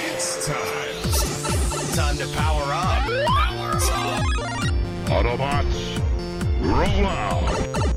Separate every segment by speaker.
Speaker 1: It's time. Time to power up. Power up.
Speaker 2: Autobots, roll out!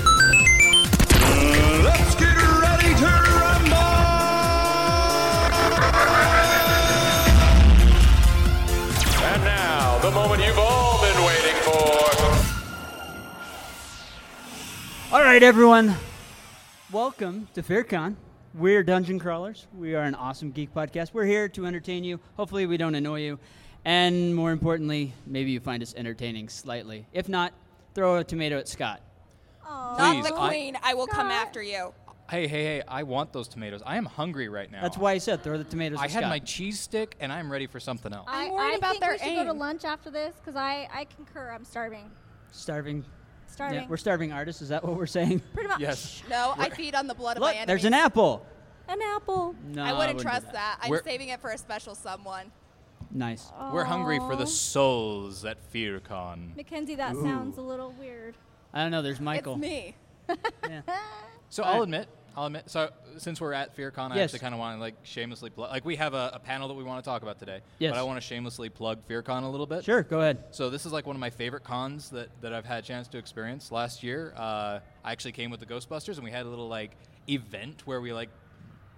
Speaker 1: Let's get ready to rumble!
Speaker 3: And now, the moment you've all been waiting for.
Speaker 4: All right, everyone. Welcome to FearCon. We're Dungeon Crawlers. We are an awesome geek podcast. We're here to entertain you. Hopefully, we don't annoy you. And more importantly, maybe you find us entertaining slightly. If not, throw a tomato at Scott.
Speaker 5: Not
Speaker 6: Please,
Speaker 5: the
Speaker 6: I-
Speaker 5: queen. I, will come after you.
Speaker 6: Hey, hey, hey, I want those tomatoes. I am hungry right now.
Speaker 4: That's why I said throw the tomatoes
Speaker 6: I
Speaker 4: at
Speaker 6: had
Speaker 4: Scott.
Speaker 6: my cheese stick and I'm ready for something else.
Speaker 5: I'm
Speaker 7: I,
Speaker 5: worried
Speaker 7: I
Speaker 5: about
Speaker 7: think
Speaker 5: their
Speaker 7: we should go to
Speaker 5: aim.
Speaker 7: lunch after this because I, I concur. I'm starving.
Speaker 4: starving. yeah,
Speaker 7: Starving.
Speaker 4: we're starving artists. Is that what we're saying?
Speaker 7: Pretty much.
Speaker 6: Yes.
Speaker 5: No, I feed on the blood of
Speaker 4: Look,
Speaker 5: my enemies.
Speaker 4: there's an apple.
Speaker 7: An apple.
Speaker 4: No,
Speaker 5: I wouldn't
Speaker 4: do
Speaker 5: trust that. I'm
Speaker 6: We're-
Speaker 5: saving it for a special someone.
Speaker 4: Nice.
Speaker 5: Oh.
Speaker 6: We're hungry for the
Speaker 7: Aw.
Speaker 6: souls at FearCon.
Speaker 7: Mackenzie, that sounds a little weird.
Speaker 4: I don't know. There's Michael.
Speaker 5: It's me.
Speaker 6: So I'll admit, I'll admit. So since we're at FearCon, I
Speaker 4: Yes.
Speaker 6: actually kind of want to like shamelessly plug. Like we have a, a panel that we want to talk about today,
Speaker 4: Yes.
Speaker 6: but I want to shamelessly plug FearCon a little bit.
Speaker 4: Sure, go ahead.
Speaker 6: So this is like one of my favorite cons that, that I've had a chance to experience. Last year, uh, I actually came with the Ghostbusters and we had a little like event where we like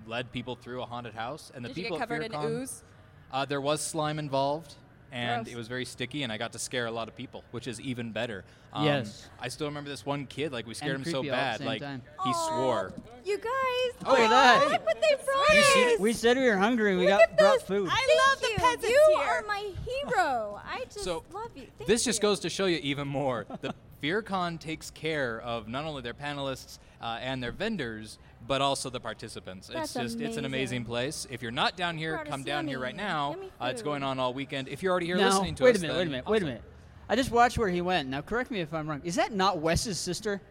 Speaker 6: led people through a haunted house and the
Speaker 5: Did you
Speaker 6: people
Speaker 5: get covered
Speaker 6: at
Speaker 5: in
Speaker 6: FearCon,
Speaker 5: ooze?
Speaker 6: Uh, there was slime involved, and
Speaker 5: Gross.
Speaker 6: it was very sticky, and I got to scare a lot of people, which is even better. Um,
Speaker 4: Yes.
Speaker 6: I still remember this one kid. Like we scared
Speaker 4: And
Speaker 6: him so
Speaker 4: creepy all
Speaker 6: bad,
Speaker 4: at the same
Speaker 6: like
Speaker 4: time.
Speaker 6: he
Speaker 7: Aw,
Speaker 6: swore.
Speaker 7: You guys.
Speaker 4: Look at
Speaker 7: oh,
Speaker 4: that.
Speaker 7: Look what they brought
Speaker 6: You see-
Speaker 7: us.
Speaker 4: We said we were hungry and we
Speaker 7: Look
Speaker 4: got
Speaker 7: at
Speaker 4: brought
Speaker 7: this.
Speaker 4: food.
Speaker 5: I love the
Speaker 7: Thank you.
Speaker 5: peasants
Speaker 7: You
Speaker 5: here.
Speaker 7: are my hero. I just
Speaker 6: So
Speaker 7: love you. Thank
Speaker 6: this just
Speaker 7: you.
Speaker 6: goes to show you even more. The FearCon takes care of not only their panelists uh, and their vendors, but also the participants. it's
Speaker 7: That's
Speaker 6: just it's an amazing
Speaker 7: amazing.
Speaker 6: place. If you're not down here,
Speaker 7: Brought us
Speaker 6: come down here right
Speaker 7: yummy,
Speaker 6: now.
Speaker 7: yummy
Speaker 6: Uh, it's
Speaker 7: food.
Speaker 6: going on all weekend. If you're already here
Speaker 4: Now,
Speaker 6: listening to
Speaker 4: wait
Speaker 6: us,
Speaker 4: a minute,
Speaker 6: then
Speaker 4: wait a minute, wait a
Speaker 6: awesome.
Speaker 4: minute. I just watched where he went. Now, correct me if I'm wrong. Is that not Wes's sister?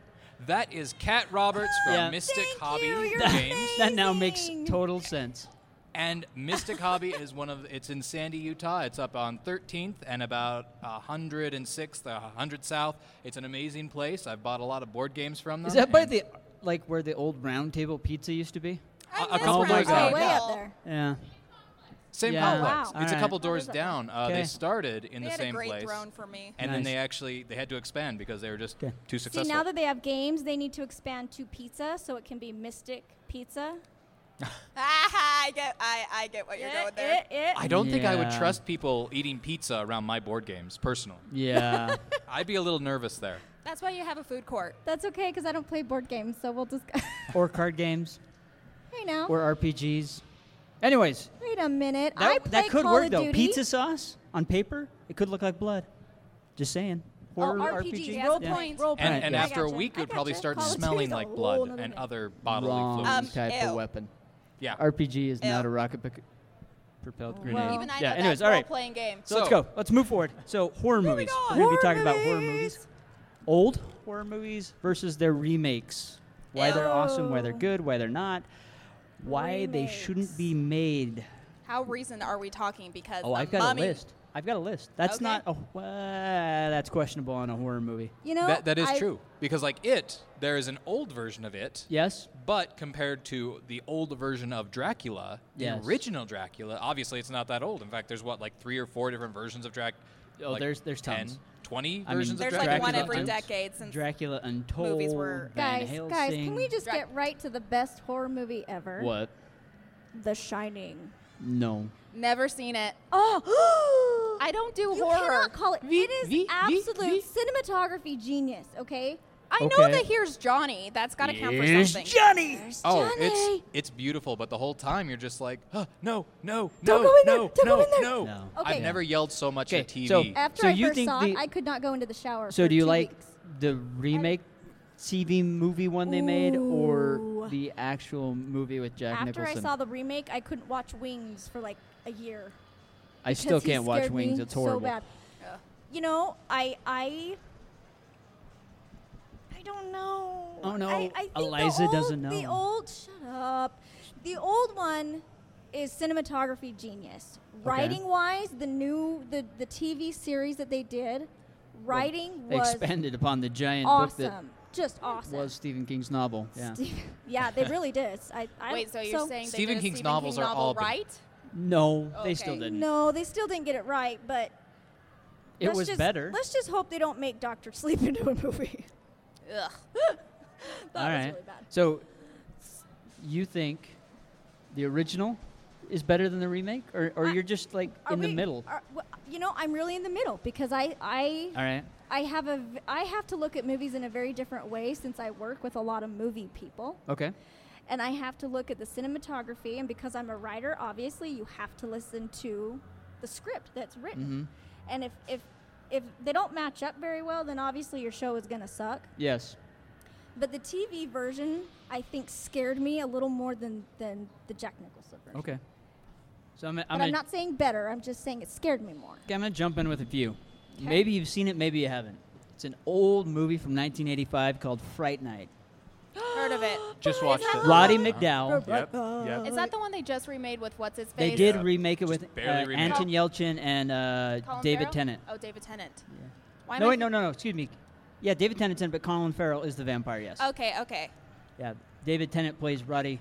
Speaker 6: That is Kat Roberts from
Speaker 4: Yeah.
Speaker 6: Mystic
Speaker 7: Thank
Speaker 6: Hobby
Speaker 7: you, you're
Speaker 6: Games.
Speaker 4: That now makes
Speaker 7: Amazing.
Speaker 4: total sense.
Speaker 6: And Mystic Hobby is one of it's in Sandy, Utah. It's up on 13th and about 106th, 100 South. It's an amazing place. I've bought a lot of board games from them.
Speaker 4: Is that by
Speaker 6: and-
Speaker 4: the like where the old round table pizza used to be?
Speaker 6: A-
Speaker 5: I
Speaker 6: a
Speaker 5: miss
Speaker 6: couple
Speaker 4: Oh my
Speaker 5: Round
Speaker 4: God.
Speaker 5: Table.
Speaker 7: Way up there.
Speaker 4: Yeah.
Speaker 6: Same
Speaker 4: Yeah.
Speaker 7: Oh,
Speaker 6: complex.
Speaker 7: wow.
Speaker 6: It's a
Speaker 4: Alright.
Speaker 6: couple
Speaker 7: How does
Speaker 6: doors
Speaker 7: that
Speaker 6: down. Uh,
Speaker 4: Okay.
Speaker 6: They started in
Speaker 5: They
Speaker 6: the
Speaker 5: had a
Speaker 6: same
Speaker 5: great
Speaker 6: place,
Speaker 5: throne for me.
Speaker 6: and then
Speaker 4: Nice.
Speaker 6: they actually they had to expand because they were just
Speaker 4: Okay.
Speaker 6: too
Speaker 7: See,
Speaker 6: successful.
Speaker 7: now that they have games, they need to expand to pizza so it can be Mystic Pizza.
Speaker 5: Ah, I get, I, I get what you're
Speaker 7: Eh,
Speaker 5: going there.
Speaker 7: eh, eh.
Speaker 6: I don't think I would
Speaker 4: Yeah.
Speaker 6: trust people eating pizza around my board games personally.
Speaker 4: Yeah.
Speaker 6: I'd be a little nervous there.
Speaker 5: That's why you have a food court.
Speaker 7: That's okay because I don't play board games, so we'll just. hey
Speaker 4: or card games
Speaker 7: now.
Speaker 4: or RPGs. Anyways,
Speaker 7: Wait a minute. I
Speaker 4: that,
Speaker 7: play
Speaker 4: that could
Speaker 7: Call
Speaker 4: work
Speaker 7: of
Speaker 4: though.
Speaker 7: Duty.
Speaker 4: Pizza sauce on paper, it could look like blood. Just saying. Horror
Speaker 7: RPGs,
Speaker 4: RPG.
Speaker 7: roll
Speaker 4: Yeah.
Speaker 7: points, roll
Speaker 6: And,
Speaker 4: Right,
Speaker 6: and
Speaker 4: yeah. I
Speaker 6: after a
Speaker 7: gotcha,
Speaker 6: week, it
Speaker 7: I
Speaker 6: would probably
Speaker 7: gotcha.
Speaker 6: start
Speaker 7: Call of Duty's
Speaker 6: smelling
Speaker 7: a
Speaker 6: like
Speaker 7: whole
Speaker 6: blood
Speaker 7: nother
Speaker 6: and
Speaker 7: thing.
Speaker 6: other bodily
Speaker 4: Wrong
Speaker 6: fluids.
Speaker 5: Um,
Speaker 8: type
Speaker 5: ew.
Speaker 8: of weapon.
Speaker 6: yeah.
Speaker 8: RPG is not
Speaker 5: Ew.
Speaker 8: a rocket pic- propelled grenade.
Speaker 5: Even I know
Speaker 4: Yeah,
Speaker 5: that
Speaker 4: anyways, all right.
Speaker 5: role-playing game.
Speaker 4: So, let's
Speaker 6: So-
Speaker 4: go. Let's move forward. So horror movies.
Speaker 5: on.
Speaker 4: We're gonna be talking about horror movies. Old horror movies versus their remakes. Why they're awesome, why they're
Speaker 7: Ew.
Speaker 4: good, why they're not, why they shouldn't be made.
Speaker 5: How recent are we talking? Because
Speaker 4: Oh,
Speaker 5: the
Speaker 4: I've got
Speaker 5: mummy,
Speaker 4: a list. I've got a list. That's
Speaker 5: Okay.
Speaker 4: not a uh, that's questionable on a horror movie.
Speaker 7: You know
Speaker 6: that, that is
Speaker 7: I-
Speaker 6: true because like it, there is an old version of it.
Speaker 4: Yes.
Speaker 6: But compared to the old version of Dracula,
Speaker 4: Yes.
Speaker 6: the original Dracula, obviously it's not that old. In fact, there's what like three or four different versions of Dracula.
Speaker 4: Oh, there's- there's
Speaker 6: 10,
Speaker 4: tons.
Speaker 6: 20
Speaker 4: I mean,
Speaker 6: versions
Speaker 5: There's
Speaker 6: of
Speaker 5: like
Speaker 6: Dracula.
Speaker 5: one every
Speaker 4: Untold.
Speaker 5: decade since.
Speaker 4: Dracula Untold.
Speaker 5: were-
Speaker 4: Van
Speaker 7: Guys, guys, can
Speaker 4: Helsing.
Speaker 7: we just
Speaker 5: Dra-
Speaker 7: get right to the best horror movie ever?
Speaker 8: What?
Speaker 7: The Shining.
Speaker 4: No.
Speaker 5: Never seen it.
Speaker 7: Oh,
Speaker 5: I don't do
Speaker 7: you
Speaker 5: horror.
Speaker 7: cannot call it. it is
Speaker 8: vi- vi-
Speaker 7: absolute
Speaker 8: vi-
Speaker 7: cinematography genius. Okay,
Speaker 5: I know that here's Johnny. That's got to count for
Speaker 6: Here's
Speaker 5: something.
Speaker 4: Johnny.
Speaker 6: Oh, it's it's beautiful, but the whole time you're just like, "Huh, no, no,
Speaker 7: Don't
Speaker 6: no,
Speaker 7: go in there,
Speaker 6: no,
Speaker 7: don't
Speaker 6: no,
Speaker 7: go in there."
Speaker 6: no.
Speaker 7: No.
Speaker 6: I've
Speaker 7: Okay.
Speaker 6: never yelled so much at
Speaker 4: Okay,
Speaker 6: TV.
Speaker 4: so-
Speaker 7: After
Speaker 4: So
Speaker 7: I
Speaker 4: you
Speaker 7: first
Speaker 4: think
Speaker 7: saw
Speaker 4: the-
Speaker 7: it, I could not go into the shower.
Speaker 4: So
Speaker 7: for
Speaker 4: do you
Speaker 7: two
Speaker 4: like
Speaker 7: weeks.
Speaker 4: the remake TV movie one they made or the actual movie with Jack
Speaker 7: After
Speaker 4: Nicholson?
Speaker 7: I saw the remake, I couldn't watch Wings for like a year.
Speaker 4: I still
Speaker 7: because he
Speaker 4: can't watch
Speaker 7: scared me
Speaker 4: Wings. It's
Speaker 7: So
Speaker 4: horrible.
Speaker 7: bad. You know, I I I don't know.
Speaker 4: Oh, no.
Speaker 7: I, I think the
Speaker 4: Eliza doesn't
Speaker 7: old- The
Speaker 4: know.
Speaker 7: old shut up. The old one is cinematography genius.
Speaker 4: Okay.
Speaker 7: Writing wise, the new the the TV series that they did, writing
Speaker 4: They
Speaker 7: was
Speaker 4: expanded upon the giant
Speaker 7: awesome.
Speaker 4: book
Speaker 7: Just
Speaker 4: that
Speaker 7: awesome.
Speaker 4: was Stephen King's novel. Yeah.
Speaker 7: yeah, they really did. I, I
Speaker 5: Wait, so you're saying they
Speaker 6: Stephen
Speaker 5: did a
Speaker 6: King's
Speaker 5: Stephen
Speaker 6: novels
Speaker 5: King
Speaker 6: are
Speaker 5: novel
Speaker 6: all been-
Speaker 5: right?
Speaker 4: No, they still
Speaker 5: Okay.
Speaker 4: didn't.
Speaker 7: No, they still didn't get it right, but
Speaker 4: It
Speaker 7: let's
Speaker 4: was
Speaker 7: just-
Speaker 4: better.
Speaker 7: Let's just hope they don't make Doctor Sleep into a movie.
Speaker 5: Ugh.
Speaker 4: All right. So you think the original is better than the remake, or, or you're just like
Speaker 7: Are
Speaker 4: in the
Speaker 7: we-
Speaker 4: middle?
Speaker 7: are- w- you know, I'm really in the middle because I I
Speaker 4: All right.
Speaker 7: I have a v- I have to look at movies in a very different way since I work with a lot of movie people.
Speaker 4: Okay.
Speaker 7: And I have to look at the cinematography, and because I'm a writer, obviously you have to listen to the script that's written.
Speaker 4: hmm
Speaker 7: And if if if they don't match up very well, then obviously your show is gonna suck.
Speaker 4: Yes.
Speaker 7: But the TV version, I think, scared me a little more than than the Jack Nicholson version.
Speaker 4: Okay. So I'm, I'm,
Speaker 7: But I'm,
Speaker 4: gonna,
Speaker 7: not saying better. I'm just saying it scared me more.
Speaker 4: okay, I'm gonna jump in with a few. Maybe you've seen it, maybe you haven't. It's an old movie from 1985 called Fright Night.
Speaker 5: Heard of it.
Speaker 6: Just watched it.
Speaker 5: Ah.
Speaker 4: Roddy McDowell.
Speaker 6: Yep.
Speaker 5: Is that the one they just remade with what's his face?
Speaker 4: They did remake it with uh,
Speaker 6: barely remade
Speaker 4: Anton Yelchin and uh,
Speaker 5: Colin
Speaker 4: David
Speaker 5: Farrell?
Speaker 4: Tennant.
Speaker 5: Oh, David Tennant. Why
Speaker 4: no,
Speaker 5: am I
Speaker 4: wait, no, no, no. Excuse me. Yeah, David Tennant's in, it, but Colin Farrell is the vampire. Yes.
Speaker 5: Okay, okay.
Speaker 4: Yeah, David Tennant plays Roddy.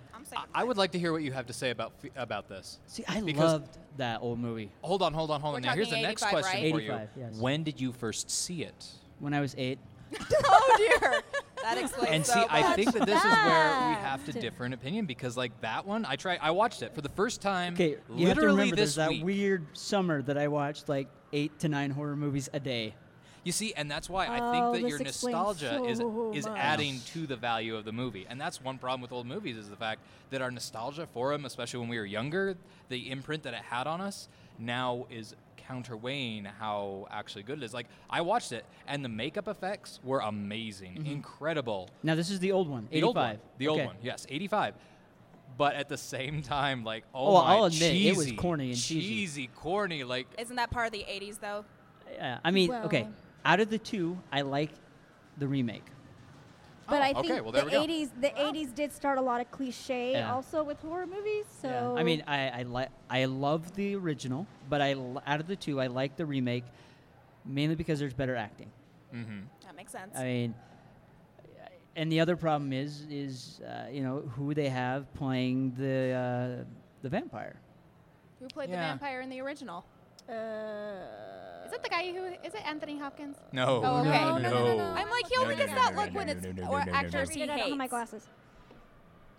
Speaker 6: I would like to hear what you have to say about f- about this.
Speaker 4: See, I
Speaker 6: Because-
Speaker 4: loved that old movie
Speaker 6: Hold on, hold on, hold
Speaker 5: We're
Speaker 6: on. Now here's the
Speaker 5: talking
Speaker 6: next
Speaker 5: 85,
Speaker 6: question
Speaker 4: right?
Speaker 6: for you.
Speaker 4: 85, yes.
Speaker 6: When did you first see it?
Speaker 4: when I was eight.
Speaker 5: oh dear. That explains
Speaker 6: And
Speaker 5: so
Speaker 6: see, I
Speaker 5: much.
Speaker 6: think that this is where we
Speaker 7: bad.
Speaker 6: have to differ an opinion because, like that one, I tried. I watched it for the first time.
Speaker 4: Okay, you have to
Speaker 6: literally
Speaker 4: remember
Speaker 6: this
Speaker 4: there's that
Speaker 6: week.
Speaker 4: weird summer that I watched like eight to nine horror movies a day.
Speaker 6: You see, and that's why I
Speaker 7: Oh,
Speaker 6: think that
Speaker 7: this
Speaker 6: your
Speaker 7: explains
Speaker 6: nostalgia
Speaker 7: so
Speaker 6: is is
Speaker 7: much.
Speaker 6: adding to the value of the movie, and that's one problem with old movies is the fact that our nostalgia for them, especially when we were younger, the imprint that it had on us now is counterweighing how actually good it is. Like I watched it, and the makeup effects were amazing,
Speaker 4: Mm-hmm.
Speaker 6: incredible.
Speaker 4: Now this is the old one,
Speaker 6: The old one,
Speaker 4: 85.
Speaker 6: the old
Speaker 4: Okay.
Speaker 6: one, yes, eighty-five. But at the same time, like oh
Speaker 4: Oh,
Speaker 6: my,
Speaker 4: I'll admit,
Speaker 6: cheesy,
Speaker 4: it was corny and cheesy.
Speaker 6: cheesy, corny, like
Speaker 5: Isn't that part of the 80s though?
Speaker 4: Yeah, Uh, I mean, okay,
Speaker 7: Well-
Speaker 4: out of the two, I like the remake.
Speaker 7: But
Speaker 6: Oh,
Speaker 7: I
Speaker 6: okay,
Speaker 7: think
Speaker 6: well, there
Speaker 7: the
Speaker 6: we go.
Speaker 7: '80s, the '80s did start a lot of cliche
Speaker 4: Yeah.
Speaker 7: also with horror movies. So
Speaker 4: Yeah. I mean, I I, li- I love the original, but I l- out of the two, I like the remake mainly because there's better acting.
Speaker 5: That makes sense.
Speaker 4: I mean, and the other problem is is uh, you know who they have playing the uh, the vampire.
Speaker 5: Who played the
Speaker 6: Yeah.
Speaker 5: vampire in the original?
Speaker 7: uh,
Speaker 5: Is it the guy who is it Anthony Hopkins?
Speaker 6: no,
Speaker 5: Oh, okay.
Speaker 6: no,
Speaker 5: No,
Speaker 7: no, no, no, no.
Speaker 5: I'm like he only
Speaker 6: no,
Speaker 5: gets
Speaker 6: no,
Speaker 5: that
Speaker 6: no,
Speaker 5: look
Speaker 6: no,
Speaker 5: when
Speaker 6: no,
Speaker 5: it's
Speaker 6: no, no,
Speaker 5: or
Speaker 6: no, no,
Speaker 5: actors
Speaker 7: I
Speaker 5: he
Speaker 7: don't have my
Speaker 5: hates.
Speaker 7: glasses.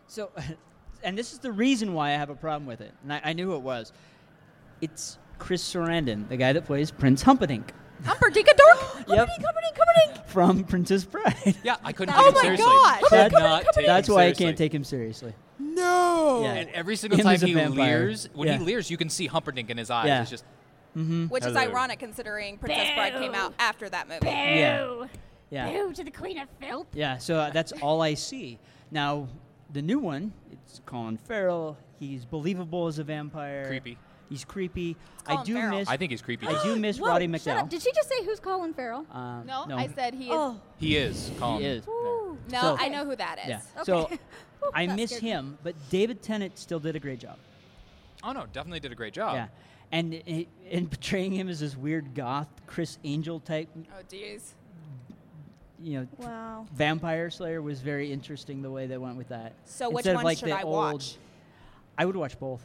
Speaker 4: So, and this is the reason why I have a problem with it, and I, I knew who it was. It's Chris Sarandon, the guy that plays Prince Humperdinck
Speaker 5: Humperdinckadork?
Speaker 4: Yep.
Speaker 5: Humperdinck, Humperdinck.
Speaker 4: from Princess Bride.
Speaker 6: Yeah, I couldn't.
Speaker 5: Oh
Speaker 6: take
Speaker 5: my
Speaker 6: him seriously.
Speaker 5: God.
Speaker 6: Could
Speaker 4: That-
Speaker 6: not take him
Speaker 4: That's why I
Speaker 6: seriously.
Speaker 4: can't take him seriously.
Speaker 6: No.
Speaker 4: Yeah.
Speaker 6: And every single
Speaker 4: Him
Speaker 6: time
Speaker 4: as a
Speaker 6: he
Speaker 4: vampire.
Speaker 6: leers, when
Speaker 4: Yeah.
Speaker 6: he leers, you can see Humperdinck in his eyes.
Speaker 4: Yeah.
Speaker 6: It's just
Speaker 5: Which is
Speaker 6: Hello.
Speaker 5: ironic considering Princess Bride came out after that movie.
Speaker 4: Yeah. Yeah.
Speaker 7: Boo to the Queen of Filth.
Speaker 4: Yeah, so uh, that's all I see. Now, the new one, it's Colin Farrell. He's believable as a vampire.
Speaker 6: Creepy.
Speaker 4: He's creepy. I
Speaker 5: Colin
Speaker 4: do
Speaker 5: Farrell.
Speaker 4: miss.
Speaker 6: I think he's creepy.
Speaker 4: I do miss
Speaker 7: Whoa,
Speaker 4: Roddy McDowell.
Speaker 7: shut up. Did she just say who's Colin Farrell?
Speaker 4: Um,
Speaker 5: No, I said he is.
Speaker 7: oh,
Speaker 6: he is calm.
Speaker 4: he is.
Speaker 7: ooh.
Speaker 5: No,
Speaker 4: So-
Speaker 5: I know who that is.
Speaker 4: Yeah.
Speaker 7: Okay.
Speaker 4: So I
Speaker 7: That
Speaker 4: miss
Speaker 7: scared me.
Speaker 4: him, but David Tennant still did a great job.
Speaker 6: Oh no, definitely did a great job.
Speaker 4: Yeah. And i- and portraying him as this weird goth Chris Angel type,
Speaker 5: Oh jeez.
Speaker 4: you know,
Speaker 7: Wow.
Speaker 4: Vampire Slayer was very interesting the way they went with that.
Speaker 5: So which
Speaker 4: Instead of
Speaker 5: one
Speaker 4: like
Speaker 5: should
Speaker 4: the
Speaker 5: I
Speaker 4: old-
Speaker 5: watch?
Speaker 4: I would watch both.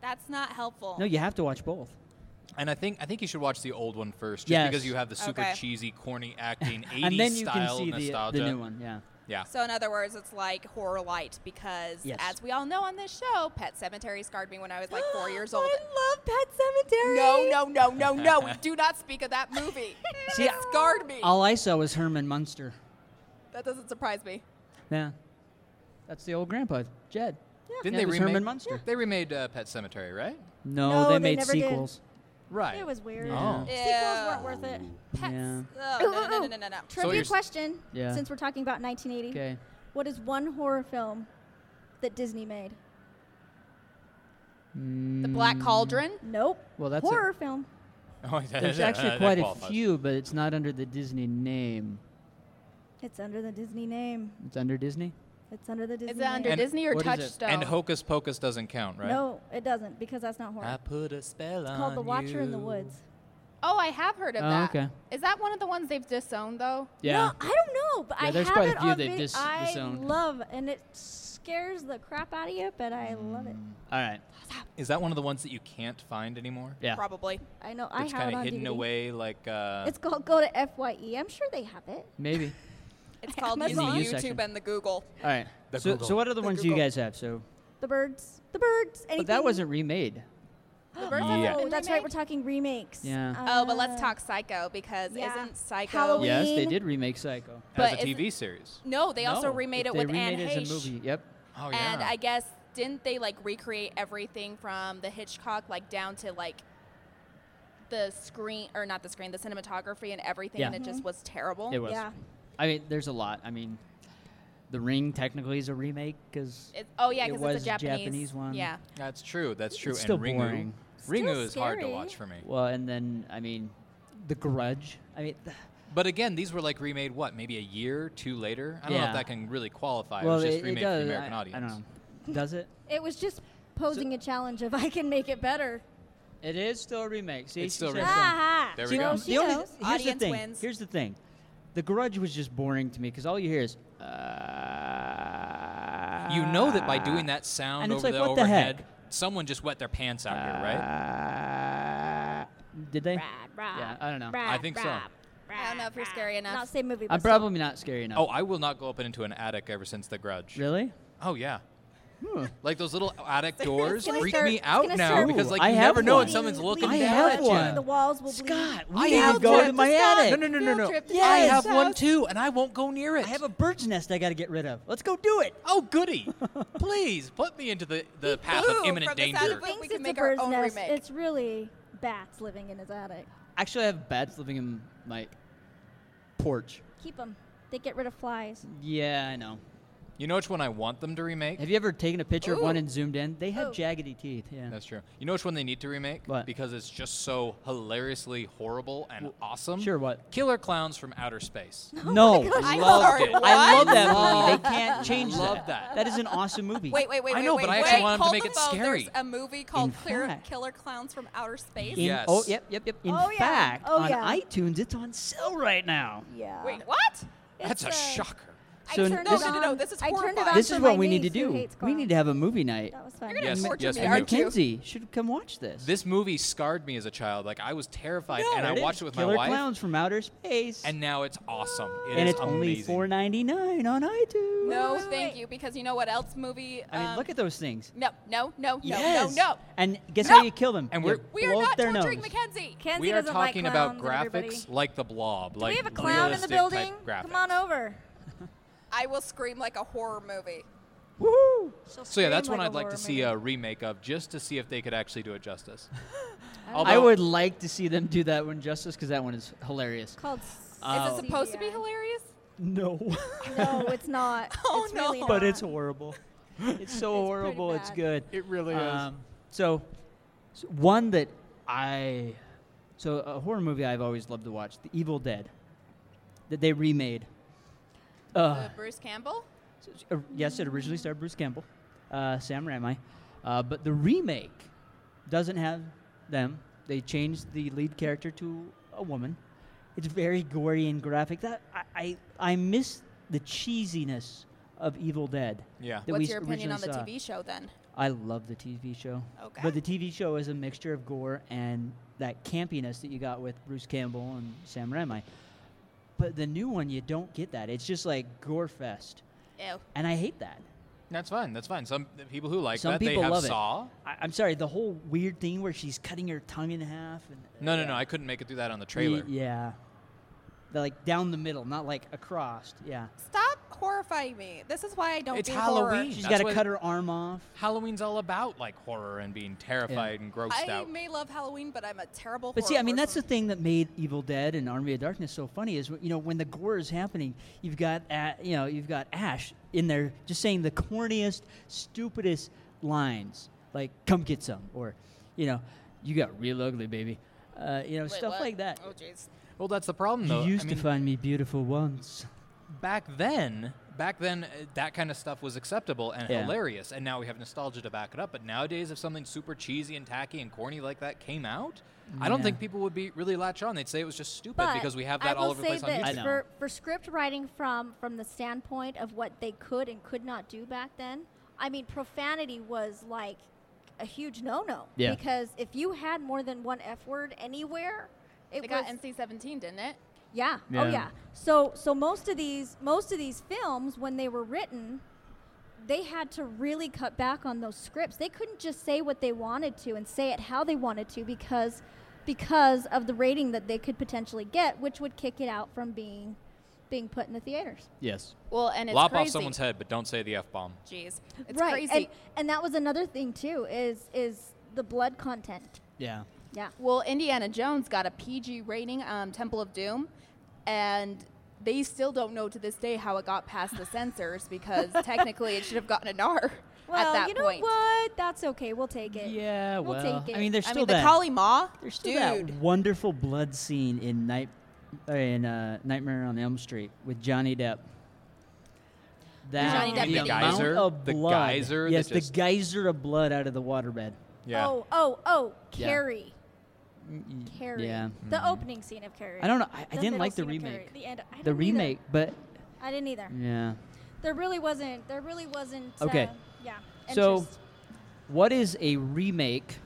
Speaker 5: That's not helpful.
Speaker 4: No, you have to watch both.
Speaker 6: And I think I think you should watch the old one first, just
Speaker 4: Yes.
Speaker 6: because you have the super
Speaker 5: Okay.
Speaker 6: cheesy, corny acting, 80s
Speaker 4: and then you
Speaker 6: style
Speaker 4: can see the,
Speaker 6: nostalgia.
Speaker 4: the new one. Yeah.
Speaker 6: Yeah.
Speaker 5: So in other words, it's like horror light because,
Speaker 4: Yes.
Speaker 5: as we all know on this show, Pet Cemetery scarred me when I was like four years old.
Speaker 7: I love Pet Cemetery.
Speaker 5: No, no, no, no, no! Do not speak of that movie.
Speaker 4: See,
Speaker 5: it scarred me.
Speaker 4: All I saw was Herman Munster.
Speaker 5: That doesn't surprise me.
Speaker 4: Yeah. That's the old grandpa, Jed.
Speaker 5: Yeah.
Speaker 6: Didn't
Speaker 4: Yeah,
Speaker 6: they
Speaker 4: it was
Speaker 6: remake
Speaker 4: Herman Munster.
Speaker 6: They remade uh, Pet Cemetery, right?
Speaker 4: No,
Speaker 7: No,
Speaker 4: they
Speaker 7: they
Speaker 4: made
Speaker 7: never did.
Speaker 4: sequels.
Speaker 6: Right.
Speaker 7: It was weird.
Speaker 6: Oh.
Speaker 7: Sequels weren't worth it.
Speaker 4: Yeah.
Speaker 5: Oh, no, no, no, no, no, no.
Speaker 6: So
Speaker 7: Trivia
Speaker 6: you're s-
Speaker 7: question.
Speaker 4: Yeah.
Speaker 7: Since we're talking about 1980.
Speaker 4: 'Kay.
Speaker 7: What is one horror film that Disney made?
Speaker 5: The
Speaker 4: Mm.
Speaker 5: Black Cauldron?
Speaker 7: Nope.
Speaker 4: Well, that's a-
Speaker 7: horror film.
Speaker 6: Oh,
Speaker 4: There's actually quite a few, but it's not under the Disney name.
Speaker 7: It's under the Disney name.
Speaker 4: It's under Disney?
Speaker 7: It's under the Disney.
Speaker 5: it under
Speaker 7: name.
Speaker 5: Disney or
Speaker 4: what is it?
Speaker 5: Touchstone?
Speaker 6: And Hocus Pocus doesn't count, right?
Speaker 7: No, it doesn't because that's not horror.
Speaker 6: I put a spell
Speaker 7: it's
Speaker 6: on
Speaker 7: called The Watcher in the
Speaker 6: you.
Speaker 7: Woods.
Speaker 5: Oh, I have heard of
Speaker 4: Oh,
Speaker 5: that.
Speaker 4: okay.
Speaker 5: Is that one of the ones they've disowned though?
Speaker 4: Yeah.
Speaker 7: No, I don't know, but
Speaker 4: Yeah,
Speaker 7: I
Speaker 4: there's
Speaker 7: have
Speaker 4: quite a
Speaker 7: it
Speaker 4: few
Speaker 7: on
Speaker 4: they've
Speaker 7: vid-
Speaker 4: dis-
Speaker 7: I
Speaker 4: disowned.
Speaker 7: love, and it scares the crap out of you, but I love it.
Speaker 4: All right.
Speaker 6: Is that one of the ones that you can't find anymore?
Speaker 4: Yeah.
Speaker 5: Probably.
Speaker 7: I know. I
Speaker 6: It's
Speaker 7: have
Speaker 6: kind
Speaker 7: it
Speaker 6: of
Speaker 7: on
Speaker 6: hidden
Speaker 7: DVD.
Speaker 6: away, like. Uh,
Speaker 7: It's called Go to Fye. I'm sure they have it.
Speaker 4: Maybe.
Speaker 5: It's called
Speaker 7: Amazon.
Speaker 5: in
Speaker 4: In
Speaker 5: the
Speaker 4: the
Speaker 5: YouTube
Speaker 4: you section.
Speaker 5: and the Google.
Speaker 4: All right.
Speaker 6: The
Speaker 4: So,
Speaker 6: Google.
Speaker 4: so what other
Speaker 5: The
Speaker 4: ones do
Speaker 5: Google.
Speaker 4: you guys have? So,
Speaker 7: The birds. The birds. Anything.
Speaker 4: but that wasn't remade.
Speaker 5: The birds
Speaker 6: Yeah.
Speaker 5: haven't
Speaker 7: Oh,
Speaker 5: been
Speaker 7: that's right. We're
Speaker 5: remade?
Speaker 7: talking remakes.
Speaker 4: Yeah.
Speaker 5: Oh, but let's
Speaker 7: Uh,
Speaker 5: talk Psycho because
Speaker 7: yeah.
Speaker 5: isn't Psycho?
Speaker 7: Halloween.
Speaker 4: Yes, they
Speaker 7: Queen.
Speaker 4: did remake Psycho.
Speaker 6: as
Speaker 5: but
Speaker 6: a
Speaker 5: is-
Speaker 6: TV series.
Speaker 5: No, they also
Speaker 6: No.
Speaker 5: remade
Speaker 4: If
Speaker 5: it
Speaker 4: they
Speaker 5: with
Speaker 4: remade
Speaker 5: Anne
Speaker 4: it
Speaker 5: Heche.
Speaker 4: as a movie. Yep.
Speaker 6: Oh yeah.
Speaker 5: And I guess didn't they like recreate everything from the Hitchcock like down to like the screen or not the screen, the cinematography and everything
Speaker 4: Yeah.
Speaker 5: and it just
Speaker 7: Mm-hmm.
Speaker 5: was terrible.
Speaker 4: It was.
Speaker 7: Yeah.
Speaker 4: I mean, there's a lot. I mean, The Ring technically is a remake because
Speaker 5: It- oh yeah,
Speaker 4: It
Speaker 5: because
Speaker 4: was
Speaker 5: it's a Japanese,
Speaker 4: Japanese one.
Speaker 5: Yeah.
Speaker 6: that's true. That's true.
Speaker 4: It's
Speaker 6: and
Speaker 4: still
Speaker 6: Ringu.
Speaker 4: boring.
Speaker 6: Ringu
Speaker 7: Still
Speaker 6: is hard to
Speaker 7: scary.
Speaker 6: watch for me.
Speaker 4: well, and then I mean, The Grudge. I mean, th-
Speaker 6: But again, these were like remade what? Maybe a year, two later. I don't know
Speaker 4: Yeah.
Speaker 6: if that can really qualify.
Speaker 4: well,
Speaker 6: it was just
Speaker 4: it, it
Speaker 6: remade
Speaker 4: does.
Speaker 6: for the American
Speaker 4: I,
Speaker 6: audience.
Speaker 4: I don't know. Does it?
Speaker 7: It was just posing a challenge of I can make it better.
Speaker 4: It is still a remake. See,
Speaker 6: It's
Speaker 4: she
Speaker 6: still a
Speaker 4: said
Speaker 6: remake.
Speaker 4: so.
Speaker 7: Ah,
Speaker 6: There
Speaker 7: she
Speaker 6: we go.
Speaker 7: knows, she
Speaker 4: the only,
Speaker 7: knows.
Speaker 4: here's
Speaker 5: Audience
Speaker 4: the thing.
Speaker 5: wins.
Speaker 4: Here's the thing. The Grudge was just boring to me because all you hear is. Uh,
Speaker 6: You know that by doing that sound
Speaker 4: And it's
Speaker 6: over
Speaker 4: like,
Speaker 6: the
Speaker 4: what the heck? Ah.
Speaker 6: overhead, someone just wet their pants out here, right?
Speaker 4: Did they?
Speaker 7: Rah, rah,
Speaker 4: Yeah, I don't know.
Speaker 7: rah,
Speaker 6: I think so.
Speaker 7: rah,
Speaker 5: I don't know if you're
Speaker 7: rah.
Speaker 5: scary enough.
Speaker 7: Not same movie.
Speaker 4: I'm
Speaker 7: but still.
Speaker 4: probably not scary enough.
Speaker 6: Oh, I will not go up into an attic ever since The Grudge.
Speaker 4: really?
Speaker 6: Oh yeah. Like those little attic doors
Speaker 7: gonna
Speaker 6: freak
Speaker 7: start-
Speaker 6: me
Speaker 7: it's
Speaker 6: out
Speaker 7: gonna
Speaker 6: now
Speaker 7: start
Speaker 6: because like
Speaker 4: Ooh, I
Speaker 6: you never
Speaker 4: have
Speaker 6: know
Speaker 4: one.
Speaker 6: when someone's
Speaker 7: Bleeding-
Speaker 6: looking
Speaker 7: bleeding
Speaker 4: I
Speaker 6: down
Speaker 4: have
Speaker 7: blood,
Speaker 6: at
Speaker 4: one.
Speaker 6: you.
Speaker 7: The walls will bleed.
Speaker 4: Scott,
Speaker 7: I
Speaker 4: we need
Speaker 7: have
Speaker 4: to go
Speaker 7: one.
Speaker 4: to my
Speaker 7: Scott,
Speaker 4: attic.
Speaker 6: No, no, no, no,
Speaker 7: Field
Speaker 6: no.
Speaker 7: trip to
Speaker 6: I
Speaker 4: Yes.
Speaker 6: have one
Speaker 7: Scott.
Speaker 6: too, and I won't go near it.
Speaker 4: I have a bird's nest I got to get rid of. Let's go do it.
Speaker 6: oh goody! Please put me into the, the path
Speaker 5: flew
Speaker 6: of imminent
Speaker 5: from the sound
Speaker 6: danger.
Speaker 5: of it.
Speaker 7: Thinks
Speaker 5: we can
Speaker 7: it's
Speaker 5: make
Speaker 7: a
Speaker 5: our
Speaker 7: bird's
Speaker 5: own
Speaker 7: nest.
Speaker 5: remake.
Speaker 7: It's really bats living in his attic.
Speaker 4: Actually, I have bats living in my porch.
Speaker 7: Keep them. They get rid of flies.
Speaker 4: Yeah, I know.
Speaker 6: You know which one I want them to remake?
Speaker 4: Have you ever taken a picture of one
Speaker 5: Ooh.
Speaker 4: and zoomed in? They have
Speaker 7: Oh.
Speaker 4: jaggedy teeth. Yeah.
Speaker 6: That's true. You know which one they need to remake?
Speaker 4: What?
Speaker 6: Because it's just so hilariously horrible and awesome.
Speaker 4: sure, what?
Speaker 6: Killer clowns from outer space.
Speaker 7: Oh
Speaker 4: no,
Speaker 5: I'm
Speaker 4: love
Speaker 5: sorry,
Speaker 4: it. I love that
Speaker 6: what?
Speaker 4: movie. They can't change
Speaker 6: Love
Speaker 4: that.
Speaker 6: that.
Speaker 4: That is an awesome movie.
Speaker 5: Wait, wait, wait,
Speaker 6: I
Speaker 5: wait,
Speaker 6: know,
Speaker 5: wait,
Speaker 6: but I actually
Speaker 5: wait.
Speaker 6: want 'em to
Speaker 5: Hold
Speaker 6: make
Speaker 5: the
Speaker 6: it
Speaker 5: phone.
Speaker 6: scary.
Speaker 5: There's a movie called Clear,
Speaker 4: fact-
Speaker 5: Killer Clowns from Outer Space.
Speaker 4: In,
Speaker 6: Yes.
Speaker 4: Oh, yep, yep, yep. In
Speaker 7: Oh, yeah.
Speaker 4: fact,
Speaker 7: Oh,
Speaker 4: on
Speaker 7: yeah.
Speaker 4: iTunes, it's on sale right now.
Speaker 7: Yeah.
Speaker 5: Wait, what?
Speaker 6: That's a,
Speaker 7: It's, uh,
Speaker 6: shocker.
Speaker 4: So
Speaker 7: I turned
Speaker 4: this-
Speaker 7: it
Speaker 4: No,
Speaker 7: on.
Speaker 5: no, no, no, this is
Speaker 7: I turned it
Speaker 5: horrifying.
Speaker 7: on
Speaker 4: this
Speaker 7: for
Speaker 4: is
Speaker 7: my
Speaker 4: what we need to
Speaker 7: niece who
Speaker 4: do.
Speaker 7: hates
Speaker 4: We need to
Speaker 7: clowns.
Speaker 4: have a movie night.
Speaker 7: That was fun.
Speaker 5: gonna
Speaker 6: Yes,
Speaker 5: torture
Speaker 6: yes,
Speaker 5: me,
Speaker 6: I
Speaker 4: And
Speaker 6: do.
Speaker 5: aren't you?
Speaker 4: Mackenzie should come watch this.
Speaker 6: This movie scarred me as a child. Like I was terrified, and
Speaker 4: There
Speaker 6: I
Speaker 4: is.
Speaker 6: watched it with
Speaker 4: Killer
Speaker 6: my wife.
Speaker 4: Clowns from Outer Space.
Speaker 6: And now it's awesome. It
Speaker 4: and
Speaker 6: is
Speaker 4: it's only
Speaker 6: amazing.
Speaker 4: four ninety nine on iTunes.
Speaker 5: No,
Speaker 7: Wait, wait,
Speaker 5: thank
Speaker 7: wait.
Speaker 5: you, because you know what else movie?
Speaker 4: I mean,
Speaker 5: um,
Speaker 4: look at those things.
Speaker 5: No, no, no,
Speaker 4: yes.
Speaker 5: no, no, no.
Speaker 4: And guess
Speaker 5: No.
Speaker 4: how you kill them?
Speaker 6: And
Speaker 4: You
Speaker 6: we're-
Speaker 5: We are
Speaker 4: blow up
Speaker 5: not
Speaker 4: their
Speaker 5: torturing
Speaker 4: nose.
Speaker 5: Mackenzie.
Speaker 7: Kenzie
Speaker 6: we are
Speaker 7: doesn't like
Speaker 6: talking about
Speaker 7: clowns and everybody.
Speaker 6: graphics like the blob.
Speaker 7: Do
Speaker 6: like
Speaker 7: we have a clown in the building?
Speaker 6: realistic type
Speaker 7: Come on
Speaker 6: graphics.
Speaker 7: over.
Speaker 5: I will scream like a horror movie.
Speaker 4: Woohoo!
Speaker 6: So yeah, that's one I'd like to see uh, a remake of, just to see if they could actually do it justice.
Speaker 4: I would like to see them do that one justice because that one is hilarious.
Speaker 7: Called.
Speaker 4: Oh.
Speaker 5: Is it supposed to be hilarious?
Speaker 4: No,
Speaker 7: No, it's not.
Speaker 5: Oh,
Speaker 7: it's really
Speaker 5: no.
Speaker 4: but
Speaker 7: not.
Speaker 4: it's horrible. It's so
Speaker 7: It's
Speaker 4: horrible.
Speaker 7: pretty
Speaker 4: It's
Speaker 7: bad.
Speaker 4: good.
Speaker 8: It really
Speaker 4: Um, so, s- one that I so a horror movie I've always loved to watch, The Evil Dead, that they remade. Uh,
Speaker 5: Uh, Bruce Campbell?
Speaker 4: s- uh, yes, it originally starred Bruce Campbell, uh, Sam Raimi, uh, but the remake doesn't have them. They changed the lead character to a woman. It's very gory and graphic. That I I, I miss the cheesiness of Evil Dead.
Speaker 6: Yeah.
Speaker 4: that we
Speaker 5: What's
Speaker 4: s-
Speaker 5: your opinion on the
Speaker 4: originally saw.
Speaker 5: TV show then?
Speaker 4: I love the TV show.
Speaker 5: Okay.
Speaker 4: But the TV show is a mixture of gore and that campiness that you got with Bruce Campbell and Sam Raimi. But the new one, you don't get that. It's just like gore fest,
Speaker 5: Ew.
Speaker 4: and I hate that.
Speaker 6: That's fine. That's fine. Some the people who like
Speaker 4: Some
Speaker 6: that
Speaker 4: people
Speaker 6: they have
Speaker 4: love it.
Speaker 6: Saw.
Speaker 4: I, I'm sorry. The whole weird thing where she's cutting her tongue in half. And
Speaker 6: No, no, no. I couldn't make it through that on the trailer.
Speaker 4: Yeah. They're like down the middle, not like across. Yeah.
Speaker 9: Stop horrifying me. This is why I don't
Speaker 6: It's
Speaker 9: do
Speaker 6: Halloween.
Speaker 4: She's
Speaker 6: That's
Speaker 4: got to
Speaker 6: what-
Speaker 4: cut her arm off.
Speaker 6: Halloween's all about like horror and being terrified and
Speaker 9: horror.
Speaker 6: grossed
Speaker 9: I
Speaker 6: out.
Speaker 9: may love Halloween, but I'm a terrible
Speaker 4: But see,
Speaker 9: horror
Speaker 4: I mean, that's the thing that made Evil Dead and Army of Darkness so funny is you know when the gore is happening, you've got uh, you know you've got Ash in there just saying the corniest, stupidest lines like "Come get some" or you know you got real ugly, baby, uh, you know
Speaker 5: Wait,
Speaker 4: stuff
Speaker 5: what?
Speaker 4: like that.
Speaker 5: Oh, jeez.
Speaker 6: Well, that's the problem though. I
Speaker 4: you used
Speaker 6: mean-
Speaker 4: to find me beautiful once.
Speaker 6: back then back then uh, that kind of stuff was acceptable and
Speaker 4: Yeah.
Speaker 6: hilarious and now we have nostalgia to back it up but nowadays if something super cheesy and tacky and corny like that came out i don't
Speaker 4: Yeah.
Speaker 6: think people would be really latch on they'd say it was just stupid
Speaker 7: But
Speaker 6: because we have
Speaker 7: I
Speaker 6: that all
Speaker 7: will
Speaker 6: over the
Speaker 7: say
Speaker 6: place on
Speaker 7: that
Speaker 6: youtube
Speaker 7: For, for script writing from from the standpoint of what they could and could not do back then, I mean profanity was like a huge no-no
Speaker 4: Yeah.
Speaker 7: because if you had more than one F word anywhere, it
Speaker 5: It got
Speaker 7: was
Speaker 5: NC-17, didn't it?
Speaker 7: yeah. Oh
Speaker 4: Yeah.
Speaker 7: yeah. So so most of these most of these films when they were written, they had to really cut back on those scripts. They couldn't just say what they wanted to and say it how they wanted to because because of the rating that they could potentially get, which would kick it out from being being put in the theaters.
Speaker 4: yes
Speaker 5: Well, and it's
Speaker 6: lop
Speaker 5: crazy.
Speaker 6: off someone's head but don't say the f-bomb
Speaker 5: Jeez, it's
Speaker 7: right.
Speaker 5: crazy.
Speaker 7: And, and that was another thing too is is the blood content.
Speaker 4: Yeah.
Speaker 7: Yeah.
Speaker 5: Well, Indiana Jones got a PG rating, um, Temple of Doom, and they still don't know to this day how it got past the censors because technically it should have gotten an R
Speaker 7: Well,
Speaker 5: at that
Speaker 7: you know
Speaker 5: point.
Speaker 7: what? That's okay. We'll take it.
Speaker 4: Yeah,
Speaker 7: we'll
Speaker 4: well,
Speaker 7: take it.
Speaker 4: I mean, there's
Speaker 5: I
Speaker 4: still
Speaker 5: mean,
Speaker 4: that.
Speaker 5: the Kali Ma,
Speaker 4: There's still
Speaker 5: dude.
Speaker 4: that wonderful blood scene in Night uh, in uh, Nightmare on Elm Street with Johnny Depp.
Speaker 5: Johnny Depp
Speaker 4: the
Speaker 5: video.
Speaker 4: amount
Speaker 6: Geyser?
Speaker 4: of
Speaker 6: The
Speaker 4: blood.
Speaker 6: geyser that
Speaker 4: Yes, the
Speaker 6: just-
Speaker 4: geyser of blood out of the waterbed.
Speaker 6: yeah
Speaker 7: Oh, oh, oh,
Speaker 4: Yeah.
Speaker 7: Carrie.
Speaker 4: Mm, mm,
Speaker 7: Carrie.
Speaker 4: Yeah.
Speaker 7: The
Speaker 9: Mm-hmm.
Speaker 7: opening scene of Carrie.
Speaker 4: I don't know. I, I
Speaker 7: The
Speaker 4: didn't
Speaker 7: middle
Speaker 4: like the
Speaker 7: scene of Carrie.
Speaker 4: remake.
Speaker 7: The, end, I
Speaker 4: The
Speaker 7: didn't either.
Speaker 4: remake, but
Speaker 7: I didn't either.
Speaker 9: Mm.
Speaker 4: yeah.
Speaker 7: There really wasn't. There really wasn't.
Speaker 4: Okay.
Speaker 7: Uh, yeah.
Speaker 4: So,
Speaker 7: interest.
Speaker 4: what is a remake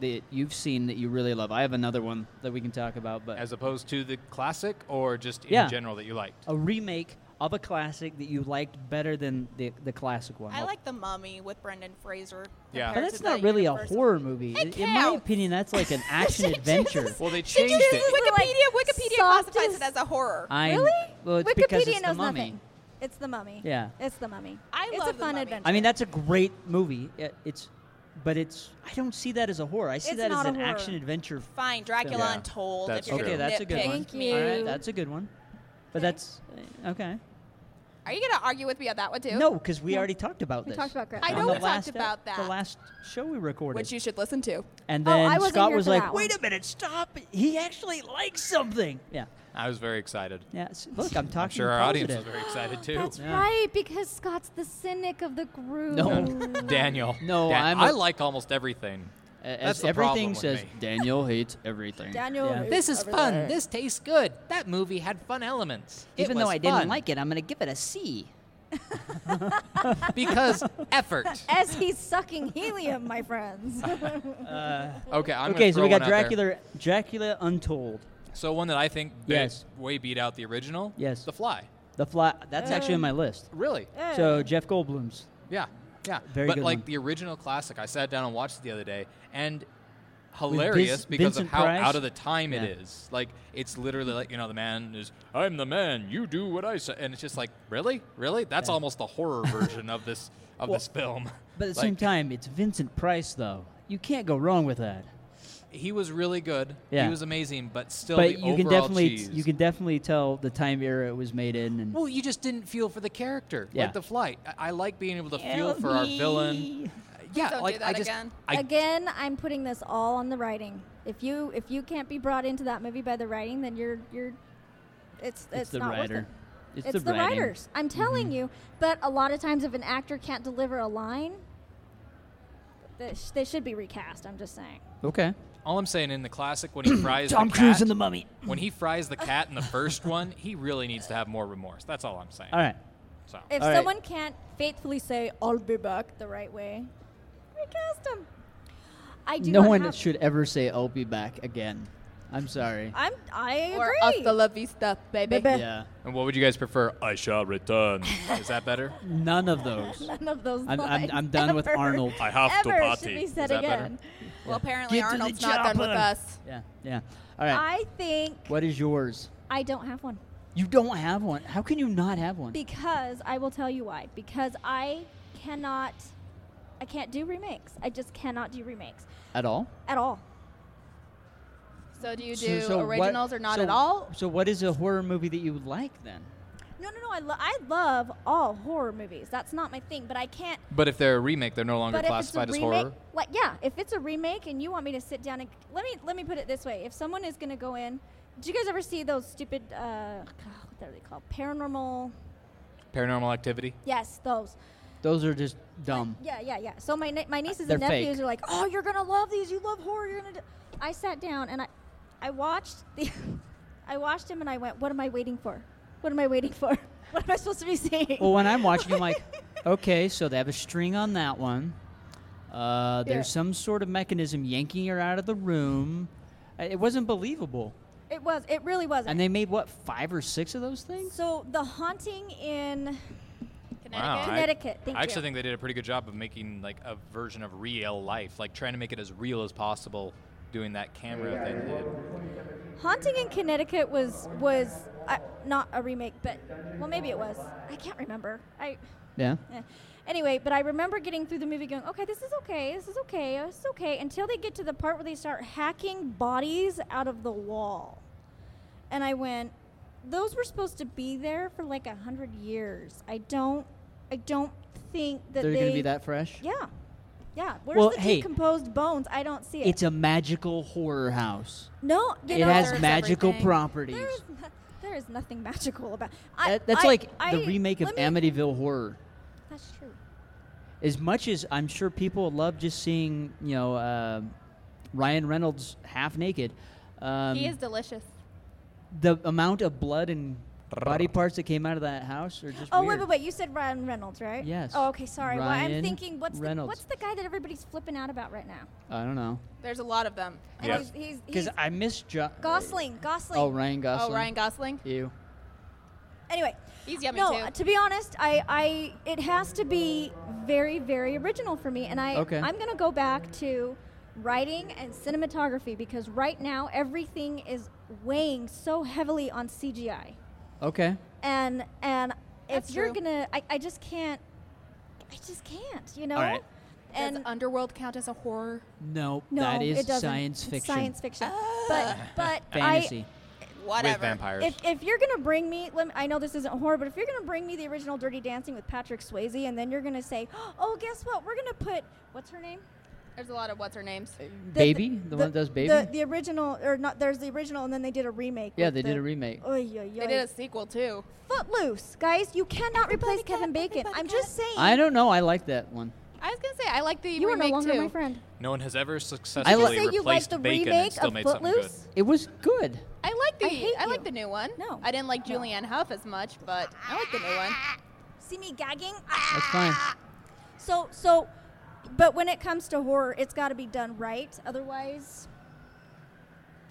Speaker 4: that you've seen that you really love? I have another one that we can talk about, but
Speaker 6: as opposed to the classic or just in
Speaker 4: Yeah. Oh.
Speaker 6: general that you liked
Speaker 4: a remake of a classic that you liked better than the the classic one.
Speaker 9: I like The Mummy with Brendan Fraser.
Speaker 6: Yeah.
Speaker 4: But
Speaker 9: compared
Speaker 4: that's
Speaker 9: to
Speaker 4: not
Speaker 9: the
Speaker 4: really a
Speaker 9: Universal-
Speaker 4: horror movie.
Speaker 9: It
Speaker 4: In my
Speaker 9: counts.
Speaker 4: opinion, that's like an action adventure.
Speaker 6: well they
Speaker 9: She
Speaker 6: changed
Speaker 9: uses
Speaker 6: it
Speaker 9: Wikipedia. Wikipedia
Speaker 7: softest-
Speaker 9: classifies it as a horror.
Speaker 4: I
Speaker 7: really?
Speaker 4: Well, it's
Speaker 7: Wikipedia
Speaker 4: because it's
Speaker 7: knows
Speaker 4: the mummy.
Speaker 7: nothing. It's the mummy.
Speaker 4: Yeah.
Speaker 7: It's the mummy.
Speaker 9: I
Speaker 7: it's
Speaker 9: love
Speaker 7: a
Speaker 9: The
Speaker 7: fun
Speaker 9: Mummy.
Speaker 7: adventure.
Speaker 4: I mean, that's a great movie. It- It's, but it's I don't see that as a horror. I see
Speaker 7: It's
Speaker 4: that as
Speaker 7: not a
Speaker 4: an
Speaker 7: horror.
Speaker 4: action adventure.
Speaker 9: Fine, Dracula
Speaker 6: Yeah.
Speaker 9: Untold.
Speaker 6: That's
Speaker 9: if you're
Speaker 6: true.
Speaker 4: Okay,
Speaker 9: gonna
Speaker 4: that's a good
Speaker 9: nitpick.
Speaker 4: one.
Speaker 7: Thank
Speaker 4: All right,
Speaker 7: you.
Speaker 4: that's a good one. But that's uh, okay.
Speaker 5: Are you gonna argue with me on that one too?
Speaker 4: No, because we
Speaker 7: No.
Speaker 4: already talked about
Speaker 7: We
Speaker 4: this.
Speaker 7: talked about Gremlins.
Speaker 5: I
Speaker 4: on the
Speaker 5: know we talked
Speaker 4: last ep-
Speaker 5: about
Speaker 4: The
Speaker 5: that.
Speaker 4: last show we recorded.
Speaker 5: Which you should listen to.
Speaker 4: and
Speaker 7: Oh, I
Speaker 4: then
Speaker 7: wasn't
Speaker 4: Scott
Speaker 7: here
Speaker 4: was
Speaker 7: for
Speaker 4: like,
Speaker 7: that one.
Speaker 4: "Wait a minute, stop! He actually likes something." Yeah.
Speaker 6: i was very excited
Speaker 4: Yeah. s- Look, I'm talking.
Speaker 6: i'm sure our audience was
Speaker 4: positive.
Speaker 6: very excited too
Speaker 7: That's
Speaker 4: Yeah.
Speaker 7: right, because Scott's the cynic of the group.
Speaker 4: No.
Speaker 6: daniel
Speaker 4: No,
Speaker 6: Dan-
Speaker 4: I'm a-
Speaker 6: i like almost everything That's
Speaker 10: As
Speaker 6: the problem
Speaker 10: everything
Speaker 6: with
Speaker 10: says,
Speaker 6: me.
Speaker 10: Daniel hates everything.
Speaker 7: Daniel.
Speaker 4: Yeah.
Speaker 7: is
Speaker 6: This is
Speaker 7: over
Speaker 6: fun.
Speaker 7: there.
Speaker 6: This tastes good. That movie had fun elements. It
Speaker 4: Even though
Speaker 6: was
Speaker 4: I didn't
Speaker 6: fun
Speaker 4: like it, I'm gonna give it a C.
Speaker 6: because effort.
Speaker 7: As he's sucking helium, my friends.
Speaker 6: Okay, I'm
Speaker 4: okay,
Speaker 6: gonna
Speaker 4: so we
Speaker 6: throw
Speaker 4: got
Speaker 6: one out there.
Speaker 4: Dracula, Dracula Untold,
Speaker 6: So one that I think bit,
Speaker 4: Yes.
Speaker 6: way beat out the original.
Speaker 4: Yes.
Speaker 6: The Fly.
Speaker 4: The Fly. That's actually on my list.
Speaker 6: Really?
Speaker 4: So Jeff Goldblum's.
Speaker 6: Yeah. Yeah.
Speaker 4: Very
Speaker 6: but
Speaker 4: good
Speaker 6: like
Speaker 4: one.
Speaker 6: the original classic, I sat down and watched it the other day, and hilarious
Speaker 4: Vince-
Speaker 6: because
Speaker 4: Vincent
Speaker 6: of how
Speaker 4: Price?
Speaker 6: out of the time it
Speaker 4: Yeah.
Speaker 6: is. Like it's literally like you know the man is I'm the man. You do what I say, and it's just like really, really. That's almost the horror version of this of this film.
Speaker 4: But at the
Speaker 6: Like,
Speaker 4: same time, it's Vincent Price though. You can't go wrong with that.
Speaker 6: he was really good.
Speaker 4: Yeah.
Speaker 6: He was amazing, but still,
Speaker 4: But
Speaker 6: the
Speaker 4: you can
Speaker 6: overall
Speaker 4: definitely
Speaker 6: cheese.
Speaker 4: you can definitely tell the time era it was made in. And
Speaker 6: Well, you just didn't feel for the character,
Speaker 4: Yeah.
Speaker 6: like the flight. I, I like being able to feel for our villain. Yeah,
Speaker 5: don't do
Speaker 6: like I
Speaker 5: that
Speaker 6: just,
Speaker 5: again.
Speaker 6: I,
Speaker 7: Again, I'm putting this all on the writing. If you if you can't be brought into that movie by the writing, then you're you're it's it's,
Speaker 10: It's the
Speaker 7: not worth
Speaker 10: writer.
Speaker 7: it. It's, the,
Speaker 10: writing.
Speaker 7: writers. I'm
Speaker 4: Mm-hmm.
Speaker 7: telling you. But a lot of times, if an actor can't deliver a line, they, sh- they should be recast. I'm just saying.
Speaker 4: okay.
Speaker 6: all I'm saying in the classic when he fries
Speaker 4: Tom
Speaker 6: the
Speaker 4: Cruise
Speaker 6: cat,
Speaker 4: in the Mummy.
Speaker 6: when he fries the cat in the first one, he really needs to have more remorse. That's all I'm saying.
Speaker 4: All right.
Speaker 6: So
Speaker 7: If
Speaker 4: All right.
Speaker 7: someone can't faithfully say "I'll be back" the right way, recast them. I do.
Speaker 4: No
Speaker 7: not
Speaker 4: one
Speaker 7: have-
Speaker 4: should ever say "I'll be back" again. I'm sorry.
Speaker 7: I'm. I
Speaker 5: Or
Speaker 7: agree.
Speaker 5: hasta la vista, baby.
Speaker 7: Baby.
Speaker 4: yeah.
Speaker 6: and what would you guys prefer? I shall return. Is that better?
Speaker 4: None of those.
Speaker 7: None of those.
Speaker 4: I'm- I'm-
Speaker 7: lines
Speaker 4: I'm done with
Speaker 7: ever-
Speaker 4: Arnold.
Speaker 6: I have to
Speaker 7: ever
Speaker 6: party.
Speaker 7: Should be
Speaker 6: Is
Speaker 7: said
Speaker 6: that better?
Speaker 7: again.
Speaker 5: Well, apparently
Speaker 4: Get to the
Speaker 5: Arnold's not done with
Speaker 4: chopper.
Speaker 5: us.
Speaker 4: Yeah. Yeah. All right.
Speaker 7: I think
Speaker 4: what is yours?
Speaker 7: I don't have one.
Speaker 4: You don't have one. How can you not have one?
Speaker 7: Because I will tell you why. Because I cannot, I can't do remakes. I just cannot do remakes
Speaker 4: At all?
Speaker 7: at all.
Speaker 5: So do you
Speaker 4: So-
Speaker 5: do
Speaker 4: so what-
Speaker 5: originals or not
Speaker 4: so-
Speaker 5: at all?
Speaker 4: So what is a horror movie that you would like then?
Speaker 7: No, no, no. I, lo- I love all horror movies. That's not my thing. But I can't.
Speaker 6: But if they're a remake, they're no longer
Speaker 7: but if it's a
Speaker 6: classified as
Speaker 7: remake,
Speaker 6: horror.
Speaker 7: like yeah, if it's a remake and you want me to sit down and let me let me put it this way: if someone is going to go in, did you guys ever see those stupid uh, what are they called? Paranormal.
Speaker 6: Paranormal Activity.
Speaker 7: Yes, those.
Speaker 4: Those are just dumb.
Speaker 7: Yeah, yeah, yeah. So my ni- my nieces
Speaker 4: They're
Speaker 7: and nephews
Speaker 4: fake.
Speaker 7: are like, "Oh, you're gonna love these. You love horror. You're gonna." Do-. I sat down and I, I watched the, I watched him and I went, "What am I waiting for? What am I waiting for? What am I supposed to be seeing?"
Speaker 4: Well, when I'm watching, I'm like, okay, so they have a string on that one. Uh, there's
Speaker 7: Yeah.
Speaker 4: some sort of mechanism yanking her out of the room. Uh, It wasn't believable.
Speaker 7: it was. It really wasn't.
Speaker 4: And they made what five or six of those things?
Speaker 7: so the haunting in
Speaker 6: Wow, I-
Speaker 7: Connecticut.
Speaker 6: I,
Speaker 7: Thank
Speaker 6: actually
Speaker 7: you.
Speaker 6: think they did a pretty good job of making like a version of real life, like trying to make it as real as possible, doing that camera thing. they did.
Speaker 7: Haunting in Connecticut was was uh, not a remake, but well, maybe it was. I can't remember. I
Speaker 4: Yeah.
Speaker 7: eh. Anyway, but I remember getting through the movie, going, "Okay, this is okay. This is okay. This is okay." Until they get to the part where they start hacking bodies out of the wall, and I went, "Those were supposed to be there for like a hundred years. I don't, I don't think that
Speaker 4: They're
Speaker 7: they,
Speaker 4: gonna be that fresh?
Speaker 7: Yeah, yeah. Where's
Speaker 4: Well,
Speaker 7: the
Speaker 4: hey.
Speaker 7: decomposed bones? I don't see it.
Speaker 4: It's a magical horror house.
Speaker 7: no, you
Speaker 4: It
Speaker 7: know,
Speaker 4: has
Speaker 7: there's
Speaker 4: magical
Speaker 7: everything.
Speaker 4: properties.
Speaker 7: There's no- there is nothing magical about.
Speaker 4: That- that's
Speaker 7: I-
Speaker 4: like
Speaker 7: I-
Speaker 4: the remake of
Speaker 7: let me-
Speaker 4: Amityville Horror.
Speaker 7: That's true.
Speaker 4: As much as I'm sure people love just seeing, you know, uh, Ryan Reynolds half naked. Um,
Speaker 5: he is delicious.
Speaker 4: the amount of blood and body parts that came out of that house are just
Speaker 7: Oh
Speaker 4: weird.
Speaker 7: wait, wait, wait! You said Ryan Reynolds, right?
Speaker 4: Yes.
Speaker 7: Oh, okay. Sorry. well, I'm
Speaker 4: Ryan
Speaker 7: thinking, what's the,
Speaker 4: Reynolds.
Speaker 7: what's the guy that everybody's flipping out about right now?
Speaker 4: I don't know.
Speaker 5: There's a lot of them.
Speaker 7: And He's, he's,
Speaker 4: Because
Speaker 7: he's
Speaker 4: I miss jo-
Speaker 7: Gosling. Gosling.
Speaker 4: Oh, Ryan Gosling.
Speaker 5: Oh, Ryan Gosling.
Speaker 4: Ew.
Speaker 7: Anyway,
Speaker 5: he's yummy
Speaker 7: no,
Speaker 5: too.
Speaker 7: to be honest, I, I it has to be very, very original for me, and I
Speaker 4: Okay.
Speaker 7: I'm gonna go back to writing and cinematography because right now everything is weighing so heavily on CGI.
Speaker 4: Okay.
Speaker 7: and and
Speaker 5: That's
Speaker 7: if you're
Speaker 5: true.
Speaker 7: gonna I, I just can't i just can't you know
Speaker 4: All right.
Speaker 7: and
Speaker 5: Does Underworld count as a horror?
Speaker 4: Nope.
Speaker 7: no
Speaker 4: that is
Speaker 7: it doesn't.
Speaker 4: science
Speaker 7: It's
Speaker 4: fiction.
Speaker 7: science fiction
Speaker 5: Ah.
Speaker 7: but but
Speaker 4: Fantasy.
Speaker 5: Whatever.
Speaker 6: vampires.
Speaker 7: I, if, if you're gonna bring me let me, i know this isn't horror but if you're gonna bring me the original dirty dancing with patrick swayze and then you're gonna say oh guess what we're gonna put what's her name
Speaker 5: There's a lot of what's her names.
Speaker 7: The-
Speaker 4: baby? The, one that does Baby?
Speaker 7: the, the original or not there's the original and then they did a remake
Speaker 4: yeah,
Speaker 7: with
Speaker 4: they
Speaker 7: the,
Speaker 4: did a remake.
Speaker 7: oy, oy,
Speaker 5: They
Speaker 7: oy.
Speaker 5: did a sequel too.
Speaker 7: footloose guys you cannot replace kevin bacon i'm just saying
Speaker 4: I don't know. I like that one.
Speaker 5: I was gonna say I like the
Speaker 7: you are no
Speaker 5: remake
Speaker 7: longer
Speaker 5: too.
Speaker 7: my friend
Speaker 6: No one has ever
Speaker 4: I
Speaker 6: successfully
Speaker 4: li-
Speaker 7: say you like
Speaker 6: replaced
Speaker 7: the
Speaker 6: bacon
Speaker 7: remake
Speaker 6: and still
Speaker 7: of
Speaker 6: made something good.
Speaker 7: Footloose?
Speaker 4: It was good.
Speaker 5: I like the
Speaker 7: I hate
Speaker 5: I, like
Speaker 7: you.
Speaker 5: the new one.
Speaker 7: No.
Speaker 5: I didn't like
Speaker 7: No.
Speaker 5: Julianne Hough as much, but I like the new one.
Speaker 7: see me gagging Ah!
Speaker 4: That's fine.
Speaker 7: So so but when it comes to horror, it's got to be done right. Otherwise,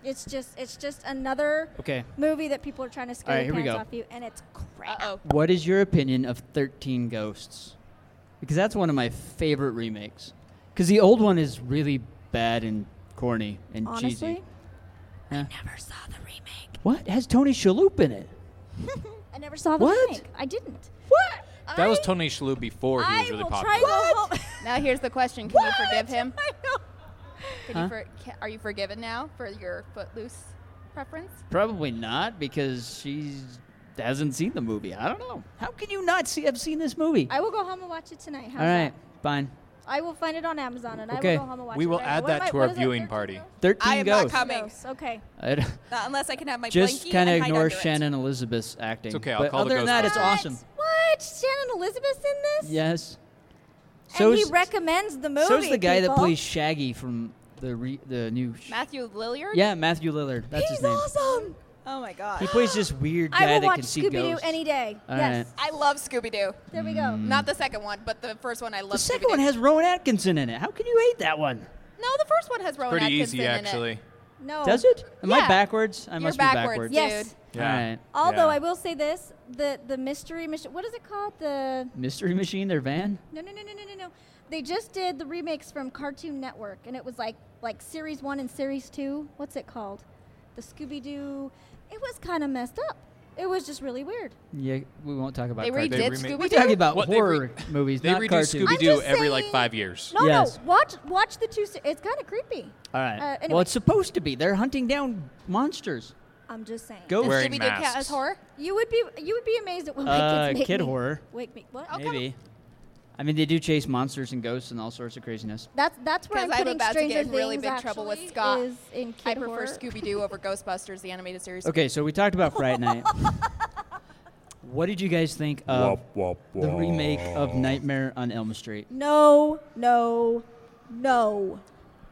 Speaker 7: it's just it's just another
Speaker 4: Okay.
Speaker 7: movie that people are trying to scare
Speaker 4: All right, here
Speaker 7: the
Speaker 4: we
Speaker 7: pants
Speaker 4: go.
Speaker 7: off you, and it's crap.
Speaker 5: Uh oh.
Speaker 4: What is your opinion of 13 Ghosts? Because that's one of my favorite remakes. Because the old one is really bad and corny and cheesy.
Speaker 7: Honestly,
Speaker 4: Huh?
Speaker 7: I never saw the remake.
Speaker 4: What? It has Tony Shalhoub in it.
Speaker 7: I never saw the
Speaker 4: What?
Speaker 7: remake. I didn't.
Speaker 4: What?
Speaker 6: That was
Speaker 7: I-
Speaker 6: Tony Shalhoub before he
Speaker 7: I
Speaker 6: was really
Speaker 7: will
Speaker 6: popular.
Speaker 7: try to go home.
Speaker 5: Now here's the question: Can
Speaker 7: What?
Speaker 5: you forgive him?
Speaker 7: I know.
Speaker 5: Can
Speaker 4: Huh?
Speaker 5: you for, can, are you forgiven now for your footloose preference?
Speaker 4: Probably not because she hasn't seen the movie. I don't know. How can you not see? I've seen this movie.
Speaker 7: I will go home and watch it tonight. How's
Speaker 4: All right,
Speaker 7: that?
Speaker 4: fine.
Speaker 7: I will find it on Amazon and
Speaker 4: Okay.
Speaker 7: I will go home and watch
Speaker 6: We
Speaker 7: it.
Speaker 6: will
Speaker 7: right now.
Speaker 6: add
Speaker 7: What am
Speaker 6: that
Speaker 7: I-
Speaker 6: to
Speaker 7: what
Speaker 6: our
Speaker 7: is it,
Speaker 6: viewing
Speaker 7: 13
Speaker 6: parody.
Speaker 7: ghosts?
Speaker 4: Thirteen
Speaker 9: I am not
Speaker 4: Ghosts.
Speaker 9: coming.
Speaker 7: Ghosts, Okay.
Speaker 4: I d-
Speaker 9: Not unless I can have my
Speaker 4: just
Speaker 9: kind of
Speaker 4: ignore Shannon Elizabeth's acting.
Speaker 6: okay, I'll
Speaker 4: but
Speaker 6: call the
Speaker 4: other than that, it's
Speaker 7: What?
Speaker 4: awesome.
Speaker 7: What? Shannon Elizabeth's in this?
Speaker 4: Yes.
Speaker 7: and he
Speaker 4: is-
Speaker 7: recommends the movie.
Speaker 4: so is the guy that
Speaker 7: people.
Speaker 4: plays Shaggy from the re, the new. Sh-
Speaker 5: Matthew Lillard.
Speaker 4: yeah, Matthew Lillard. That's
Speaker 7: He's
Speaker 4: his name.
Speaker 7: awesome.
Speaker 9: Oh my god.
Speaker 4: He plays this weird guy
Speaker 7: I will
Speaker 4: that
Speaker 7: watch
Speaker 4: can see
Speaker 7: Scooby Doo
Speaker 4: ghosts.
Speaker 7: any day.
Speaker 4: All
Speaker 7: yes.
Speaker 4: right. Mm.
Speaker 5: I love Scooby Doo.
Speaker 7: There we go.
Speaker 5: Not the second one, but the first one I love.
Speaker 4: the second one has Rowan Atkinson in it. How can you hate that one?
Speaker 5: no. The first one has Rowan
Speaker 6: Pretty
Speaker 5: Atkinson
Speaker 6: easy,
Speaker 5: in it.
Speaker 6: actually.
Speaker 7: No.
Speaker 4: Does it? Am I
Speaker 5: Yeah.
Speaker 4: backwards? I
Speaker 5: You're
Speaker 4: must
Speaker 5: backwards,
Speaker 4: be backwards.
Speaker 5: dude.
Speaker 7: Yes.
Speaker 4: All right.
Speaker 7: Although
Speaker 6: Yeah.
Speaker 7: I will say this, the the mystery mission. What is it called? The
Speaker 4: Mystery Machine, their van.
Speaker 7: no no no no no no no. They just did the remakes from Cartoon Network, and it was like like series one and series two. What's it called? the Scooby Doo. It was kind of messed up. It was just really weird.
Speaker 4: Yeah, we won't talk about.
Speaker 7: They
Speaker 4: cartoons.
Speaker 7: redid They remade- Scooby-Doo?
Speaker 4: We're talking about
Speaker 6: What, they
Speaker 4: horror
Speaker 6: re-
Speaker 4: movies,
Speaker 6: they
Speaker 4: not
Speaker 6: redo
Speaker 4: cartoons.
Speaker 6: Scooby Doo every like five years.
Speaker 7: No,
Speaker 4: Yes.
Speaker 7: no, watch watch the two. se- It's kind of creepy.
Speaker 4: All right.
Speaker 7: Uh, anyway,
Speaker 4: Well, it's supposed to be. They're hunting down monsters.
Speaker 7: I'm just saying.
Speaker 4: Go And Wearing Scooby-Doo
Speaker 7: Doo
Speaker 4: count masks. as
Speaker 7: horror. You would be you would be amazed at what my
Speaker 4: Uh,
Speaker 7: kids make
Speaker 4: kid
Speaker 7: me- Oh,
Speaker 4: horror.
Speaker 7: Wake me. What?
Speaker 4: Maybe. I mean, they do chase monsters and ghosts and all sorts of craziness.
Speaker 7: That's that's where I'm
Speaker 9: Because I'm
Speaker 7: putting
Speaker 9: about to
Speaker 7: Stranger
Speaker 9: get in really
Speaker 7: Things
Speaker 9: big trouble with
Speaker 7: actually,
Speaker 9: Scott.
Speaker 7: Is in
Speaker 9: I
Speaker 7: kid horror.
Speaker 9: prefer Scooby Doo over Ghostbusters, the animated series.
Speaker 4: Okay, so we talked about Fright Night. what did you guys think of
Speaker 11: Wop, wop,
Speaker 4: the remake of
Speaker 11: wop.
Speaker 4: Nightmare on Elm Street?
Speaker 7: No, no, no,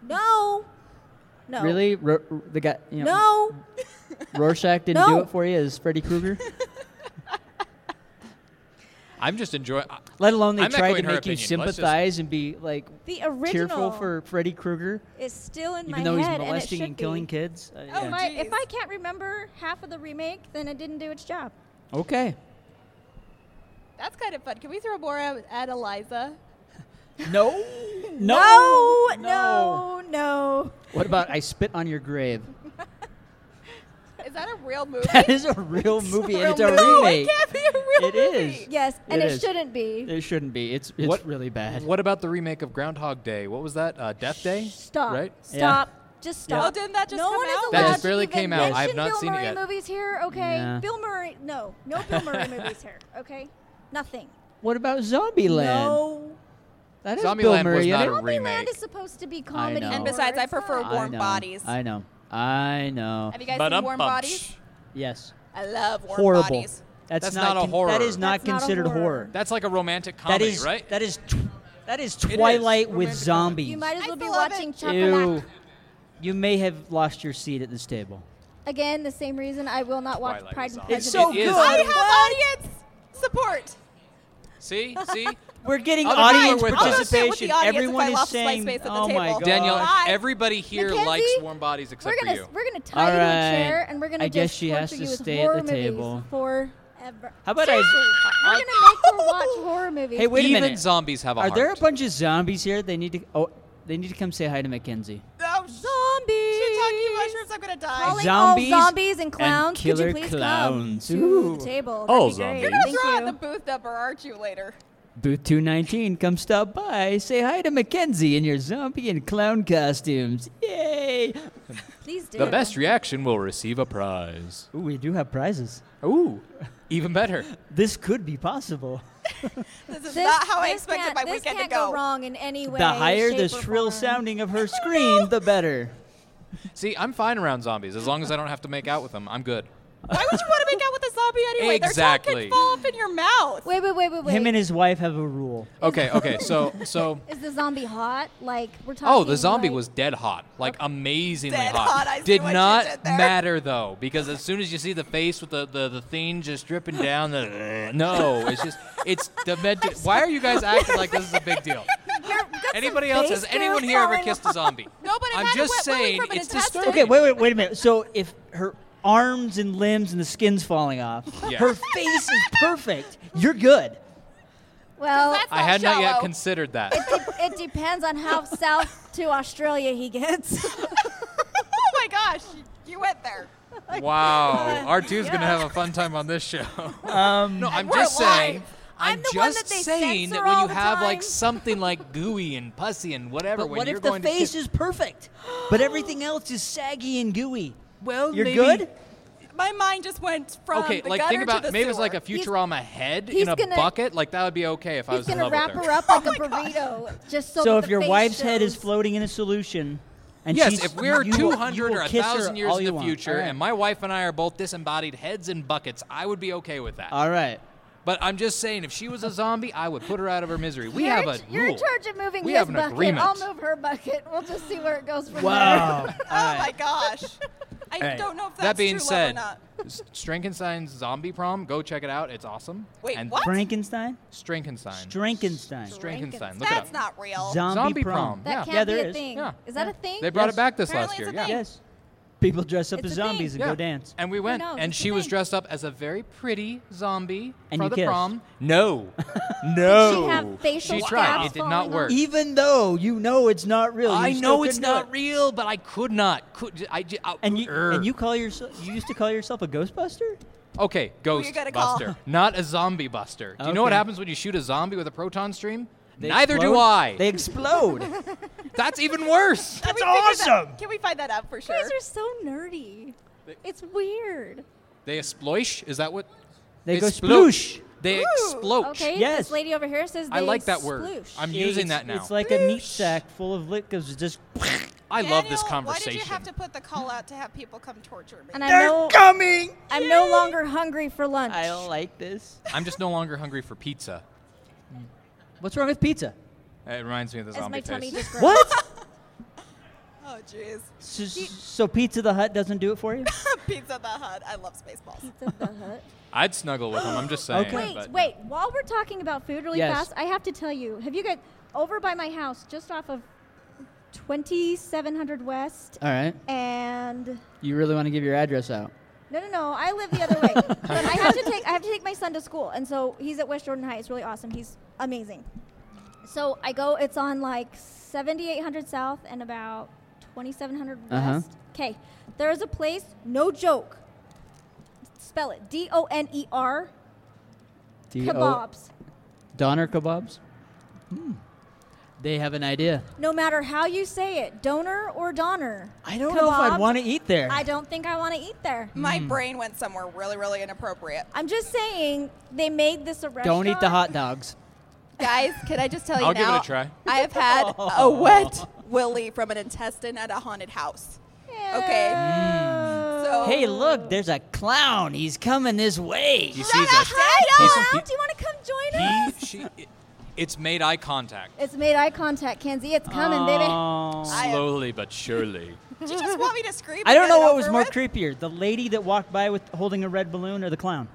Speaker 7: no, no.
Speaker 4: Really? Ro- r- the guy, you know,
Speaker 7: No.
Speaker 4: Rorschach didn't do
Speaker 7: No.
Speaker 4: it for you as Freddy Krueger?
Speaker 6: I'm just enjoying. I-
Speaker 4: Let alone they
Speaker 6: I'm
Speaker 4: tried to
Speaker 6: echoing her
Speaker 4: make you
Speaker 6: opinion. Let's just-
Speaker 4: sympathize and be like
Speaker 7: The
Speaker 4: tearful
Speaker 7: original
Speaker 4: for Freddy Krueger,
Speaker 7: is still in
Speaker 4: even
Speaker 7: my
Speaker 4: though he's
Speaker 7: head, and it
Speaker 4: molesting
Speaker 7: should
Speaker 4: and, killing
Speaker 7: be.
Speaker 4: kids. Uh,
Speaker 7: Oh
Speaker 4: yeah.
Speaker 7: my! If I can't remember half of the remake, then it didn't do its job.
Speaker 4: Okay.
Speaker 9: That's kind of fun. Can we throw more at, at Eliza?
Speaker 4: No.
Speaker 7: No, no, no.
Speaker 4: What about I Spit on Your Grave?
Speaker 9: Is that a real movie?
Speaker 4: That is a real movie, and it's a
Speaker 9: No,
Speaker 4: remake.
Speaker 9: it can't be a real
Speaker 4: It is.
Speaker 7: Yes, and
Speaker 4: It
Speaker 7: it,
Speaker 4: is.
Speaker 7: shouldn't be.
Speaker 4: It shouldn't be. It's it's
Speaker 6: What-
Speaker 4: really bad.
Speaker 6: What about the remake of Groundhog Day? What was that? Uh, Death Day.
Speaker 7: Stop.
Speaker 6: Right.
Speaker 7: Stop. Just
Speaker 6: Yeah.
Speaker 7: stop.
Speaker 9: Oh, didn't that just
Speaker 7: no
Speaker 9: come
Speaker 7: one is
Speaker 9: out?
Speaker 6: That
Speaker 7: allowed
Speaker 6: just
Speaker 7: to
Speaker 6: barely
Speaker 7: even
Speaker 6: came out. I have
Speaker 7: mention
Speaker 6: not
Speaker 7: Bill
Speaker 6: seen it
Speaker 7: Murray
Speaker 6: yet.
Speaker 7: movies here, okay?
Speaker 4: Yeah.
Speaker 7: Bill Murray, no, no Bill Murray movies here, okay? Nothing.
Speaker 4: What about Zombieland?
Speaker 7: No.
Speaker 4: That is
Speaker 6: Zombieland
Speaker 4: Bill
Speaker 6: was
Speaker 4: Murray.
Speaker 6: not
Speaker 4: in
Speaker 6: a
Speaker 4: it.
Speaker 6: remake.
Speaker 7: Land is supposed to be
Speaker 4: I
Speaker 7: comedy.
Speaker 4: know.
Speaker 9: And besides, I prefer
Speaker 4: I
Speaker 9: warm
Speaker 4: know,
Speaker 9: bodies.
Speaker 4: I know. I know.
Speaker 9: Have you guys seen Warm
Speaker 6: Ba-dum-bumps.
Speaker 9: Bodies?
Speaker 4: Yes.
Speaker 9: I love warm
Speaker 4: Horrible.
Speaker 9: bodies.
Speaker 4: That's,
Speaker 6: That's not a
Speaker 4: con-
Speaker 6: horror.
Speaker 4: That is not
Speaker 6: That's not a
Speaker 4: considered
Speaker 6: horror.
Speaker 4: horror.
Speaker 6: That's like a romantic
Speaker 4: That
Speaker 6: comedy,
Speaker 4: is-
Speaker 6: right?
Speaker 4: That is tw- that is Twilight with
Speaker 6: romantic
Speaker 4: zombies.
Speaker 7: You might as well be
Speaker 9: still love
Speaker 7: watching
Speaker 9: it.
Speaker 7: Chocolate.
Speaker 4: You may have lost your seat at this table.
Speaker 7: Again, the same reason I will not watch
Speaker 6: Twilight
Speaker 7: Pride and
Speaker 4: It's
Speaker 7: Prejudice.
Speaker 4: so
Speaker 6: It is.
Speaker 4: good.
Speaker 6: I
Speaker 9: I have audience support.
Speaker 6: See, see,
Speaker 4: We're getting
Speaker 6: Other people
Speaker 4: audience
Speaker 6: were with us.
Speaker 4: participation.
Speaker 9: I'll go sit with the audience if
Speaker 4: Everyone
Speaker 9: I
Speaker 4: is
Speaker 9: lost my
Speaker 4: saying,
Speaker 9: space at the
Speaker 4: "Oh my
Speaker 9: table."
Speaker 4: god,
Speaker 6: Danielle.
Speaker 9: Why?
Speaker 6: Everybody here
Speaker 7: Mackenzie,
Speaker 6: likes warm bodies except
Speaker 7: we're gonna
Speaker 6: for you.
Speaker 7: we're gonna tie you to a chair
Speaker 4: Alright.
Speaker 7: and we're gonna
Speaker 4: I guess
Speaker 7: just
Speaker 4: she has
Speaker 7: torture
Speaker 4: to
Speaker 7: you with
Speaker 4: stay at
Speaker 7: horror
Speaker 4: the
Speaker 7: movies
Speaker 4: table.
Speaker 7: forever.
Speaker 4: How about I-
Speaker 7: Seriously, We're
Speaker 4: I-
Speaker 7: gonna make her watch horror movies.
Speaker 4: Hey, wait a
Speaker 6: Even
Speaker 4: minute.
Speaker 6: zombies have a
Speaker 4: Are there a
Speaker 6: heart.
Speaker 4: bunch of zombies here? They need to. Oh, they need to come say hi to Mackenzie.
Speaker 9: Oh,
Speaker 7: zombies.
Speaker 9: shit talking mushrooms. I'm gonna die.
Speaker 7: Calling
Speaker 4: Zombies
Speaker 7: all zombies and
Speaker 4: and
Speaker 7: clowns.
Speaker 4: killer
Speaker 7: Could you please
Speaker 4: clowns.
Speaker 7: come
Speaker 4: Ooh.
Speaker 7: to the table?
Speaker 4: Oh,
Speaker 7: That'd be great.
Speaker 4: zombies. You're
Speaker 9: I'm gonna
Speaker 7: Thank
Speaker 9: throw out
Speaker 7: you.
Speaker 9: the booth number, aren't you? Later.
Speaker 4: Booth 219, come stop by. Say hi to Mackenzie in your zombie and clown costumes. Yay!
Speaker 7: Please do.
Speaker 6: The best reaction will receive a prize.
Speaker 4: Ooh, we do have prizes.
Speaker 6: Ooh, even better.
Speaker 4: This could be possible.
Speaker 9: This is
Speaker 7: This-
Speaker 9: not how I
Speaker 7: this
Speaker 9: expected
Speaker 7: can't-
Speaker 9: my
Speaker 7: this
Speaker 9: weekend to
Speaker 7: can't
Speaker 9: go.
Speaker 7: wrong in any way.
Speaker 4: the higher the
Speaker 7: shape, or
Speaker 4: shrill
Speaker 7: form.
Speaker 4: sounding of her scream, the better.
Speaker 6: See, I'm fine around zombies as long as I don't have to make out with them. I'm good.
Speaker 9: Why would you want to make out with a zombie anyway?
Speaker 6: Exactly.
Speaker 9: Their tongue can fall up in your mouth.
Speaker 7: Wait, wait, wait, wait, wait.
Speaker 4: Him and his wife have a rule.
Speaker 6: Okay, okay. So, so.
Speaker 7: Is the zombie hot? Like we're talking.
Speaker 6: Oh, the zombie
Speaker 7: like-
Speaker 6: was dead hot, like amazingly
Speaker 9: Dead
Speaker 6: hot.
Speaker 9: hot, I see
Speaker 6: did
Speaker 9: what you
Speaker 6: not
Speaker 9: did there.
Speaker 6: matter though, because as soon as you see the face with the the, the thing just dripping down, the uh, no, it's just it's demented. Why are you guys acting like this is a big deal? Anybody else? Has
Speaker 7: face hair
Speaker 6: anyone here ever
Speaker 7: falling
Speaker 6: kissed a zombie?
Speaker 9: No, but it
Speaker 6: I'm
Speaker 9: had a
Speaker 6: just
Speaker 9: wet willy
Speaker 6: saying
Speaker 9: from an
Speaker 6: it's
Speaker 9: intestine.
Speaker 6: disturbing.
Speaker 4: Okay, wait, wait, wait a minute. So if her arms and limbs and the skin's falling off,
Speaker 6: Yeah.
Speaker 4: her face is perfect. You're good.
Speaker 7: Well,
Speaker 9: That's
Speaker 6: I had not yet
Speaker 9: shallow.
Speaker 6: considered that.
Speaker 7: it, de- it depends on how south to Australia he gets.
Speaker 9: Oh my gosh, you, you went there.
Speaker 7: uh,
Speaker 6: Wow, R2's gonna have a fun time on this show.
Speaker 4: Um,
Speaker 6: No, I'm
Speaker 9: we're
Speaker 6: just saying.
Speaker 9: alive.
Speaker 6: I'm,
Speaker 7: I'm the one
Speaker 6: just
Speaker 7: that they
Speaker 6: saying
Speaker 7: censor
Speaker 6: that when
Speaker 7: all
Speaker 6: you
Speaker 7: the
Speaker 6: have like
Speaker 7: time.
Speaker 6: something like gooey and pussy and whatever,
Speaker 4: but
Speaker 6: when
Speaker 4: what
Speaker 6: you're
Speaker 4: if the
Speaker 6: going to
Speaker 4: face
Speaker 6: kiss-
Speaker 4: is perfect, but everything else is saggy and gooey?
Speaker 6: well,
Speaker 4: You're
Speaker 6: maybe-
Speaker 4: good?
Speaker 9: My mind just went from
Speaker 6: Okay,
Speaker 9: the
Speaker 6: like
Speaker 9: gutter
Speaker 6: think about
Speaker 9: to the
Speaker 6: maybe it's like
Speaker 9: sewer.
Speaker 6: a Futurama head
Speaker 7: he's
Speaker 6: in a
Speaker 7: gonna-
Speaker 6: bucket. Like that would be okay if I
Speaker 7: He's
Speaker 6: was in
Speaker 7: gonna
Speaker 6: love
Speaker 7: wrap
Speaker 6: with Oh
Speaker 7: her up like a burrito, just so.
Speaker 4: So
Speaker 7: that
Speaker 4: if
Speaker 7: the
Speaker 4: your
Speaker 7: face
Speaker 4: wife's head is
Speaker 7: shows.
Speaker 4: floating in a solution, and
Speaker 6: yes,
Speaker 4: she's,
Speaker 6: if we're
Speaker 4: you will- you
Speaker 6: 200
Speaker 4: will
Speaker 6: or
Speaker 4: kiss her
Speaker 6: 1,000 years
Speaker 4: all
Speaker 6: in
Speaker 4: you
Speaker 6: the
Speaker 4: want.
Speaker 6: future,
Speaker 4: All right.
Speaker 6: and my wife and I are both disembodied heads in buckets, I would be okay with that.
Speaker 4: all right.
Speaker 6: But I'm just saying, if she was a zombie, I would put her out of her misery. We
Speaker 7: You're
Speaker 6: have
Speaker 7: in-
Speaker 6: a
Speaker 7: You're in
Speaker 6: rule.
Speaker 7: charge of moving
Speaker 6: We
Speaker 7: his
Speaker 6: have an
Speaker 7: bucket.
Speaker 6: agreement.
Speaker 7: I'll move her bucket. We'll just see where it goes from
Speaker 4: Wow.
Speaker 7: there.
Speaker 4: All
Speaker 9: Oh
Speaker 4: right.
Speaker 9: my gosh. I
Speaker 4: Alright.
Speaker 9: don't know if that's
Speaker 6: that being
Speaker 9: true love or
Speaker 6: said,
Speaker 9: not.
Speaker 6: S- Strankenstein's zombie prom, go check it out. It's awesome.
Speaker 9: Wait,
Speaker 6: and
Speaker 9: what?
Speaker 4: Frankenstein?
Speaker 6: Strankenstein.
Speaker 4: Frankenstein.
Speaker 6: Strankenstein. Look it
Speaker 9: That's
Speaker 6: up.
Speaker 9: not real.
Speaker 4: Zombie,
Speaker 6: Zombie
Speaker 4: prom.
Speaker 6: prom.
Speaker 7: That
Speaker 6: Yeah.
Speaker 7: can't
Speaker 4: Yeah,
Speaker 7: be
Speaker 4: there
Speaker 7: a
Speaker 4: is.
Speaker 7: thing.
Speaker 6: Yeah.
Speaker 7: Is that a thing?
Speaker 6: They brought
Speaker 4: Yes.
Speaker 6: it back this
Speaker 9: Apparently it's
Speaker 6: last year.
Speaker 9: a
Speaker 6: Yeah.
Speaker 9: thing.
Speaker 4: Yes. people dress up
Speaker 7: It's
Speaker 4: as
Speaker 7: a thing.
Speaker 4: zombies and
Speaker 6: Yeah.
Speaker 4: go dance.
Speaker 6: And we went,
Speaker 7: knows?
Speaker 6: and
Speaker 7: It's a
Speaker 6: she was
Speaker 7: thing.
Speaker 6: dressed up as a very pretty zombie
Speaker 4: And
Speaker 6: for
Speaker 4: you
Speaker 6: the
Speaker 4: kissed.
Speaker 6: prom. No, no.
Speaker 7: Did she have facial
Speaker 6: Oh. She tried.
Speaker 7: scabs
Speaker 6: It did not
Speaker 7: falling
Speaker 6: work.
Speaker 4: Even though you know it's not real,
Speaker 6: I
Speaker 4: you still
Speaker 6: know it's
Speaker 4: couldn't do
Speaker 6: not
Speaker 4: it.
Speaker 6: real, but I could not. Could I? uh, er. ju- I-
Speaker 4: And you
Speaker 6: Err.
Speaker 4: and you call yourself you used to call yourself a Ghostbuster?
Speaker 6: Okay, ghost
Speaker 9: gonna call.
Speaker 6: buster, not a zombie buster. Do you know what
Speaker 4: Okay.
Speaker 6: happens when you shoot a zombie with a proton stream?
Speaker 4: They
Speaker 6: Neither do
Speaker 4: explode?
Speaker 6: I.
Speaker 4: They explode.
Speaker 6: That's even worse.
Speaker 9: That's
Speaker 4: awesome.
Speaker 9: can we find that out for
Speaker 7: You
Speaker 9: sure?
Speaker 7: guys are so nerdy. It's weird.
Speaker 6: they exploish. Is that what?
Speaker 4: They go
Speaker 6: Explode.
Speaker 4: sploosh.
Speaker 6: They explode.
Speaker 7: Okay,
Speaker 4: Yes.
Speaker 7: this lady over here says
Speaker 6: I
Speaker 7: they
Speaker 6: like that word.
Speaker 7: sploosh.
Speaker 6: I'm
Speaker 4: It-
Speaker 6: using
Speaker 4: it's-
Speaker 6: that now.
Speaker 4: It's like a meat sack full of liquids. Just
Speaker 6: I love this
Speaker 9: Daniel,
Speaker 6: conversation.
Speaker 9: Why did you have to put the call out to have people come torture me?
Speaker 7: and I know
Speaker 4: coming.
Speaker 7: I'm no longer hungry for lunch.
Speaker 4: I don't like this.
Speaker 6: I'm just no longer hungry for pizza.
Speaker 4: What's wrong with pizza?
Speaker 6: It reminds me of the
Speaker 7: As
Speaker 6: zombie
Speaker 7: my tummy
Speaker 6: face.
Speaker 7: just grows.
Speaker 4: What?
Speaker 9: oh, jeez.
Speaker 4: so, so Pizza the Hut doesn't do it for you?
Speaker 9: Pizza the Hut. I love Spaceballs.
Speaker 7: Pizza the Hut.
Speaker 6: I'd snuggle with him. I'm just saying.
Speaker 4: Okay.
Speaker 7: Wait,
Speaker 6: but-
Speaker 7: wait. While we're talking about food really
Speaker 4: Yes.
Speaker 7: fast, I have to tell you. Have you guys over by my house, just off of 2700 West
Speaker 4: All right.
Speaker 7: and
Speaker 4: You really want to give your address out?
Speaker 7: No, no, no. I live the other way. but I have to take I have to take my son to school, and so he's at West Jordan High. It's really awesome. He's amazing. So I go. It's on like 7800 South and about 2700
Speaker 4: Uh-huh.
Speaker 7: West. Okay, there is a place. No joke. Spell it. D O N E R.
Speaker 4: D O-
Speaker 7: Kebabs.
Speaker 4: Donner kebabs. They have an idea.
Speaker 7: No matter how you say it, donor or donor.
Speaker 4: I don't know if I'd
Speaker 7: Kebabs.
Speaker 4: want to eat there.
Speaker 7: I don't think I want to eat there.
Speaker 9: My
Speaker 6: Hmm.
Speaker 9: brain went somewhere really, really inappropriate.
Speaker 7: I'm just saying they made this a restaurant.
Speaker 4: Don't eat the hot dogs.
Speaker 9: Guys, can I just tell you
Speaker 6: I'll give it
Speaker 9: now?
Speaker 6: a try.
Speaker 9: I have had a wet willy from an intestine at a haunted house. Okay. So
Speaker 4: Oh. Hey, look, there's a clown. He's coming this way.
Speaker 6: He
Speaker 7: Shut
Speaker 6: sees
Speaker 7: up,
Speaker 6: us.
Speaker 7: hi,
Speaker 6: He's-
Speaker 7: Donald. Do you want to come join
Speaker 6: He,
Speaker 7: us?
Speaker 6: she, it- it's made eye contact.
Speaker 7: It's made eye contact, Kenzie. It's coming, baby.
Speaker 4: Oh.
Speaker 6: Slowly but surely.
Speaker 9: did you just want me to scream?
Speaker 4: I
Speaker 9: and
Speaker 4: don't
Speaker 9: get
Speaker 4: know
Speaker 9: it
Speaker 4: what was
Speaker 9: over
Speaker 4: more
Speaker 9: with?
Speaker 4: creepier: the lady that walked by with holding a red balloon, or the clown.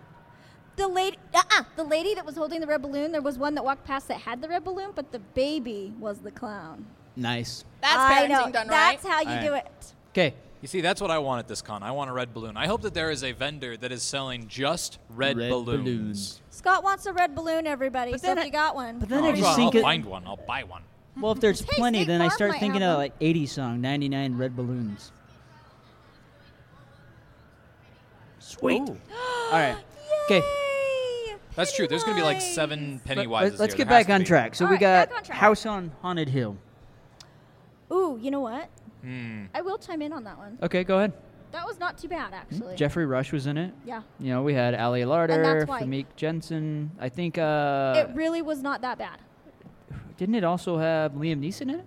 Speaker 7: The lady, uh-uh, the lady that was holding the red balloon. There was one that walked past that had the red balloon, but the baby was the clown.
Speaker 4: Nice.
Speaker 9: That's
Speaker 7: I
Speaker 9: parenting
Speaker 7: know.
Speaker 9: done right.
Speaker 7: That's how you
Speaker 4: Alright.
Speaker 7: do it.
Speaker 4: Okay.
Speaker 6: You see, that's what I want at this con. I want a red balloon. I hope that there is a vendor that is selling just red,
Speaker 4: Red
Speaker 6: balloons.
Speaker 4: balloons.
Speaker 7: Scott wants a red balloon, everybody. so
Speaker 4: then
Speaker 7: if
Speaker 4: I-
Speaker 7: you got one,
Speaker 4: but then
Speaker 6: I'll,
Speaker 4: I just
Speaker 6: Oh, I'll
Speaker 4: think it-
Speaker 6: find one. I'll buy one.
Speaker 4: Well, if there's
Speaker 7: Hey,
Speaker 4: plenty,
Speaker 7: State
Speaker 4: then I
Speaker 7: Farm
Speaker 4: start
Speaker 7: might
Speaker 4: thinking
Speaker 7: have
Speaker 4: of
Speaker 7: them.
Speaker 4: like 80 song, 99 red balloons. Sweet. All right. Okay.
Speaker 7: Yay!
Speaker 6: That's true. There's going to be like
Speaker 7: Pennywise.
Speaker 6: seven penny
Speaker 4: Let's,
Speaker 6: wises.
Speaker 4: let's get back on track. So we
Speaker 7: Alright, back
Speaker 4: got
Speaker 7: on track.
Speaker 4: House on Haunted Hill.
Speaker 7: Ooh, you know what?
Speaker 6: Hmm.
Speaker 7: I will chime in on that one.
Speaker 4: Okay, go ahead.
Speaker 7: That was not too bad, actually.
Speaker 4: Jeffrey Rush was in it.
Speaker 7: Yeah.
Speaker 4: You know, we had Ali Larder,
Speaker 7: that's why.
Speaker 4: Famke Jensen. I think uh,
Speaker 7: it really was not that bad.
Speaker 4: didn't it also have Liam Neeson in it?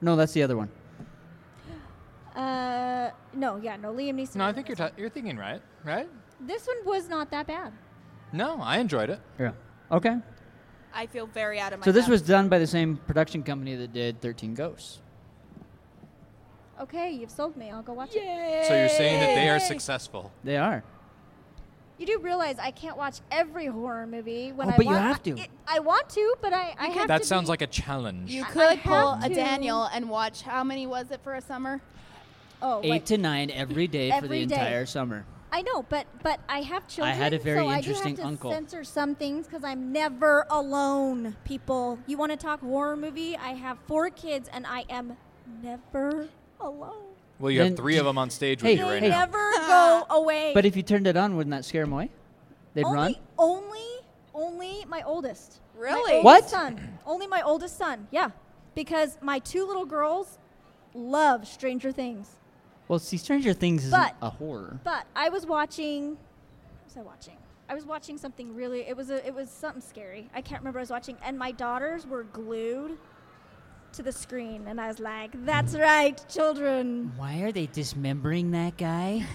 Speaker 4: No, that's the other one.
Speaker 7: Uh, no, yeah, no, Liam Neeson.
Speaker 6: No, I
Speaker 7: was
Speaker 6: think
Speaker 7: in
Speaker 6: you're,
Speaker 7: this
Speaker 6: ta- you're thinking right. Right?
Speaker 7: one. This one was not that bad.
Speaker 6: No, I enjoyed it.
Speaker 4: Yeah. Okay.
Speaker 9: I feel very out of my.
Speaker 4: So this
Speaker 9: depth.
Speaker 4: was done by the same production company that did 13 Ghosts.
Speaker 7: Okay, you've sold me. I'll go watch it.
Speaker 6: So you're saying that they are successful.
Speaker 4: They are.
Speaker 7: You do realize I can't watch every horror movie when
Speaker 4: Oh,
Speaker 7: I
Speaker 4: but you
Speaker 7: want.
Speaker 4: have to.
Speaker 7: I, I want to, but I, I have
Speaker 6: That
Speaker 7: to.
Speaker 6: sounds like a challenge.
Speaker 9: You
Speaker 7: I- I
Speaker 9: could pull
Speaker 7: have
Speaker 9: a
Speaker 7: to.
Speaker 9: Daniel and watch how many was it for a summer?
Speaker 7: oh,
Speaker 4: Eight
Speaker 7: wait.
Speaker 4: to nine every day for the
Speaker 7: Every day.
Speaker 4: entire summer.
Speaker 7: I know, but but I have children.
Speaker 4: had a very
Speaker 7: so I do
Speaker 4: interesting
Speaker 7: have to
Speaker 4: uncle.
Speaker 7: Censor some things because I'm never alone. People, you want to talk horror movie? I have four kids, and I am never alone.
Speaker 6: Well, you have
Speaker 4: Then-
Speaker 6: three of them on stage
Speaker 4: Hey,
Speaker 6: with you
Speaker 7: They
Speaker 6: right
Speaker 4: hey.
Speaker 6: now.
Speaker 7: never go away.
Speaker 4: But if you turned it on, wouldn't that scare them away? They'd
Speaker 7: only,
Speaker 4: run.
Speaker 7: Only, only my oldest. My
Speaker 9: Really?
Speaker 7: oldest
Speaker 4: What?
Speaker 7: Son. Only my oldest son. Yeah, because my two little girls love Stranger Things.
Speaker 4: Well, see, Stranger Things is
Speaker 7: But-
Speaker 4: a horror.
Speaker 7: But I was watching. What was I watching? I was watching something really. It was a. It was something scary. I can't remember. what I was watching, and my daughters were glued to the screen, and I was like, "That's right, children."
Speaker 4: Why are they dismembering that guy?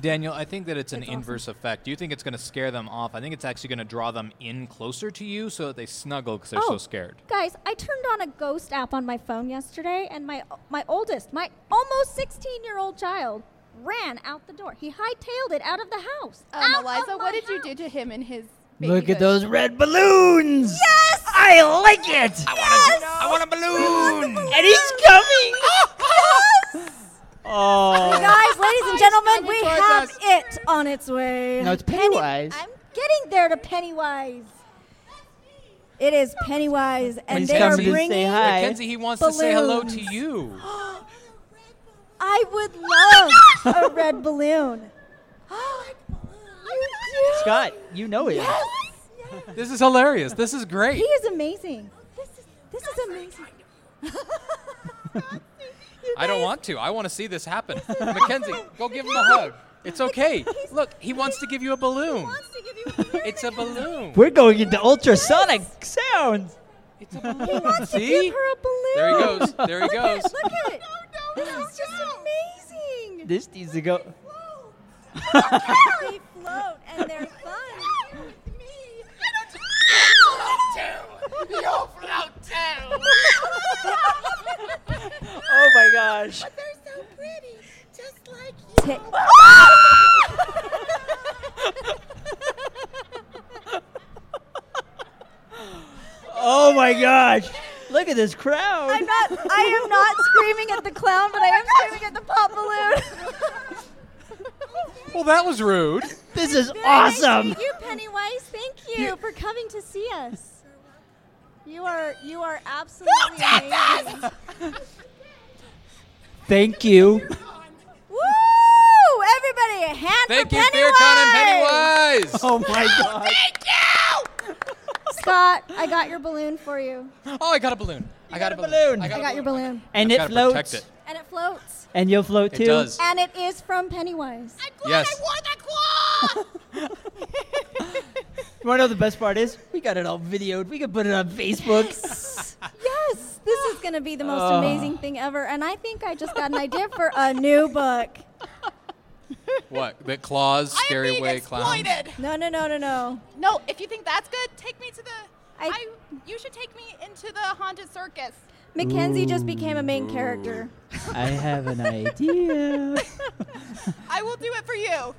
Speaker 6: Daniel, I think that it's an inverse effect. Do you think it's going to scare them off? I think it's actually going to draw them in closer to you so that they snuggle because they're so
Speaker 7: Oh.
Speaker 6: scared.
Speaker 7: Guys, I turned on a ghost app on my phone yesterday, and my my oldest, my almost 16 year old child, ran out the door. He hightailed it out of the house.
Speaker 9: Um,
Speaker 7: Out of
Speaker 9: Eliza,
Speaker 7: my
Speaker 9: what did you do
Speaker 7: house.
Speaker 9: to him in his?
Speaker 4: oh Look at
Speaker 9: babyhood?
Speaker 4: those red balloons! Yes! I like it! I want to I want a balloon! And he's coming! Oh.
Speaker 7: Guys, ladies and gentlemen, we
Speaker 9: towards
Speaker 7: have
Speaker 9: us.
Speaker 7: it on its way.
Speaker 4: No, it's
Speaker 7: Penny-
Speaker 4: Pennywise.
Speaker 7: I'm getting there to Pennywise. It is Pennywise, and
Speaker 6: he's
Speaker 7: they are
Speaker 6: coming to say
Speaker 7: bringing.
Speaker 6: hi. Mackenzie, he wants to say hello to
Speaker 7: balloons.
Speaker 6: you.
Speaker 7: I would love a red balloon.
Speaker 4: Scott, you know it.
Speaker 6: This is hilarious. This is great.
Speaker 7: He is amazing. This is, this is amazing.
Speaker 6: I don't want to. I want to see this happen. Mackenzie, go give him a hug. It's okay. Look, he wants to give you a balloon. It's a balloon.
Speaker 4: We're going into ultrasonic sounds.
Speaker 6: It's a balloon.
Speaker 7: wants to
Speaker 6: See?
Speaker 7: give her a balloon.
Speaker 6: There he goes. There he
Speaker 7: Look at-
Speaker 6: goes.
Speaker 7: Look at it. This is just amazing.
Speaker 4: This needs to go.
Speaker 7: they float and they're fun.
Speaker 1: You'll float too.
Speaker 4: Oh my gosh.
Speaker 7: Ta-
Speaker 4: Oh my gosh. Look at this crowd.
Speaker 7: I'm not. I am not screaming at the clown, but I am screaming at the pop balloon.
Speaker 6: Well, that was rude.
Speaker 4: This is
Speaker 7: Very nice to
Speaker 4: awesome.
Speaker 7: meet you, Pennywise. Thank you for coming to see us. You are. You are absolutely amazing.
Speaker 4: Thank you.
Speaker 7: Woo! Everybody, a hand
Speaker 6: Thank
Speaker 7: for
Speaker 6: you,
Speaker 7: Pennywise.
Speaker 6: FearCon and Pennywise.
Speaker 4: Oh my god.
Speaker 7: Scott, I got your balloon for you.
Speaker 6: Oh, I got a balloon. I got,
Speaker 4: got
Speaker 6: a
Speaker 4: a
Speaker 6: balloon.
Speaker 4: balloon.
Speaker 7: I got your balloon,
Speaker 4: And
Speaker 6: I've
Speaker 4: it
Speaker 6: gotta
Speaker 4: floats.
Speaker 6: protect it.
Speaker 7: and it floats,
Speaker 4: And you'll float
Speaker 6: It
Speaker 4: too.
Speaker 6: does.
Speaker 7: and it is from Pennywise.
Speaker 6: Yes.
Speaker 4: You wanna know the best part is? We got it all videoed. We can put it on Facebook.
Speaker 7: Yes, this is going to be the most
Speaker 4: Oh.
Speaker 7: amazing thing ever. And I think I just got an idea for a new book.
Speaker 6: What? The claws, scary way clowns.
Speaker 9: exploited.
Speaker 7: No, no, no, no, no.
Speaker 9: No, if you think that's good, take me to the.
Speaker 7: I-
Speaker 9: I, you should take me into the haunted circus.
Speaker 7: Mackenzie just became a main character.
Speaker 4: I have an idea.
Speaker 9: I will do it for you.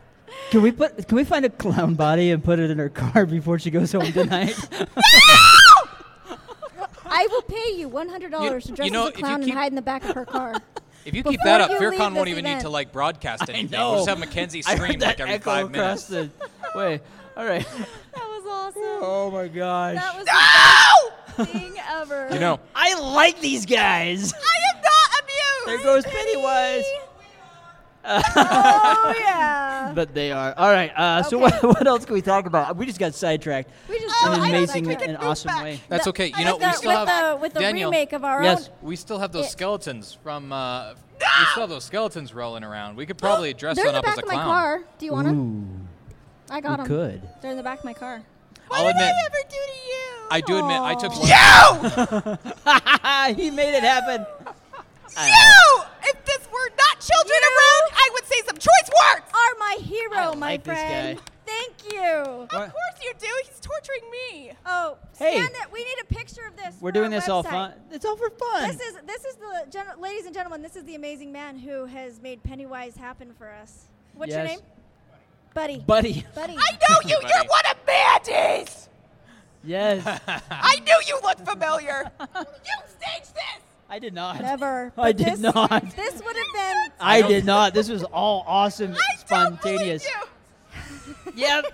Speaker 4: Can we put can we find a clown body and put it in her car before she goes home tonight?
Speaker 7: I will pay you $100 to
Speaker 6: you
Speaker 7: dress
Speaker 6: know,
Speaker 7: as a
Speaker 6: if you
Speaker 7: clown
Speaker 6: keep-
Speaker 7: and hide in the back of her car.
Speaker 6: If you keep
Speaker 7: Before
Speaker 6: that up,
Speaker 7: you leave
Speaker 6: FearCon won't
Speaker 7: this
Speaker 6: even need
Speaker 7: event.
Speaker 6: to like broadcast anything. We'll
Speaker 4: know.
Speaker 6: just have Mackenzie
Speaker 4: I
Speaker 6: scream
Speaker 4: heard that
Speaker 6: like every
Speaker 4: echo
Speaker 6: five minutes.
Speaker 4: across the way. All right.
Speaker 7: That was awesome.
Speaker 4: Oh my gosh.
Speaker 7: That was the best thing ever.
Speaker 6: You know,
Speaker 4: I like these guys.
Speaker 7: I am not
Speaker 4: There goes Pennywise.
Speaker 7: oh, yeah.
Speaker 4: But they are. All right. Uh, So what, what else can we talk about? We just got sidetracked
Speaker 7: We just
Speaker 4: in
Speaker 7: got
Speaker 4: an amazing
Speaker 7: sidetracked.
Speaker 4: and awesome way.
Speaker 6: that's
Speaker 7: The-
Speaker 6: okay. You
Speaker 7: with
Speaker 6: know,
Speaker 7: the,
Speaker 6: we still
Speaker 7: with
Speaker 6: have
Speaker 7: the, with the
Speaker 6: Daniel,
Speaker 7: remake of our
Speaker 4: Yes.
Speaker 7: own.
Speaker 6: We still have those
Speaker 7: It- Ah!
Speaker 6: skeletons from. Uh, We still have those skeletons rolling around. We could probably dress
Speaker 7: They're in
Speaker 6: one
Speaker 7: the
Speaker 6: up as
Speaker 7: back
Speaker 6: a
Speaker 7: of my
Speaker 6: clown.
Speaker 7: car. Do you want them? I got
Speaker 4: We
Speaker 7: them.
Speaker 4: could.
Speaker 7: They're in the back of my car.
Speaker 6: I'll admit,
Speaker 7: do to you?
Speaker 6: I do admit, I took one.
Speaker 4: he made it happen.
Speaker 9: No! If this were not children around, I would say some choice words.
Speaker 7: Are my hero,
Speaker 4: I
Speaker 7: my
Speaker 4: like this
Speaker 7: friend.
Speaker 4: guy.
Speaker 7: Thank you.
Speaker 9: Of course you do. He's torturing me.
Speaker 7: Oh,
Speaker 4: Hey.
Speaker 7: stand it. We need a picture of this.
Speaker 4: We're
Speaker 7: for
Speaker 4: doing
Speaker 7: our
Speaker 4: this all
Speaker 7: website.
Speaker 4: fun. It's all for fun.
Speaker 7: This is this is the gen- ladies and gentlemen. This is the amazing man who has made Pennywise happen for us. What's your
Speaker 4: Yes.
Speaker 7: name? Buddy.
Speaker 4: Buddy.
Speaker 7: Buddy.
Speaker 9: I know you. You're
Speaker 6: Buddy.
Speaker 9: one of Mandy's.
Speaker 4: Yes.
Speaker 9: I knew you looked familiar. you staged this.
Speaker 4: I did not.
Speaker 7: Never.
Speaker 4: I
Speaker 7: But
Speaker 4: did
Speaker 7: this,
Speaker 4: not.
Speaker 7: This would have been.
Speaker 4: I did not. This was all awesome,
Speaker 9: I don't believe
Speaker 4: spontaneous.
Speaker 9: you.
Speaker 4: Yep.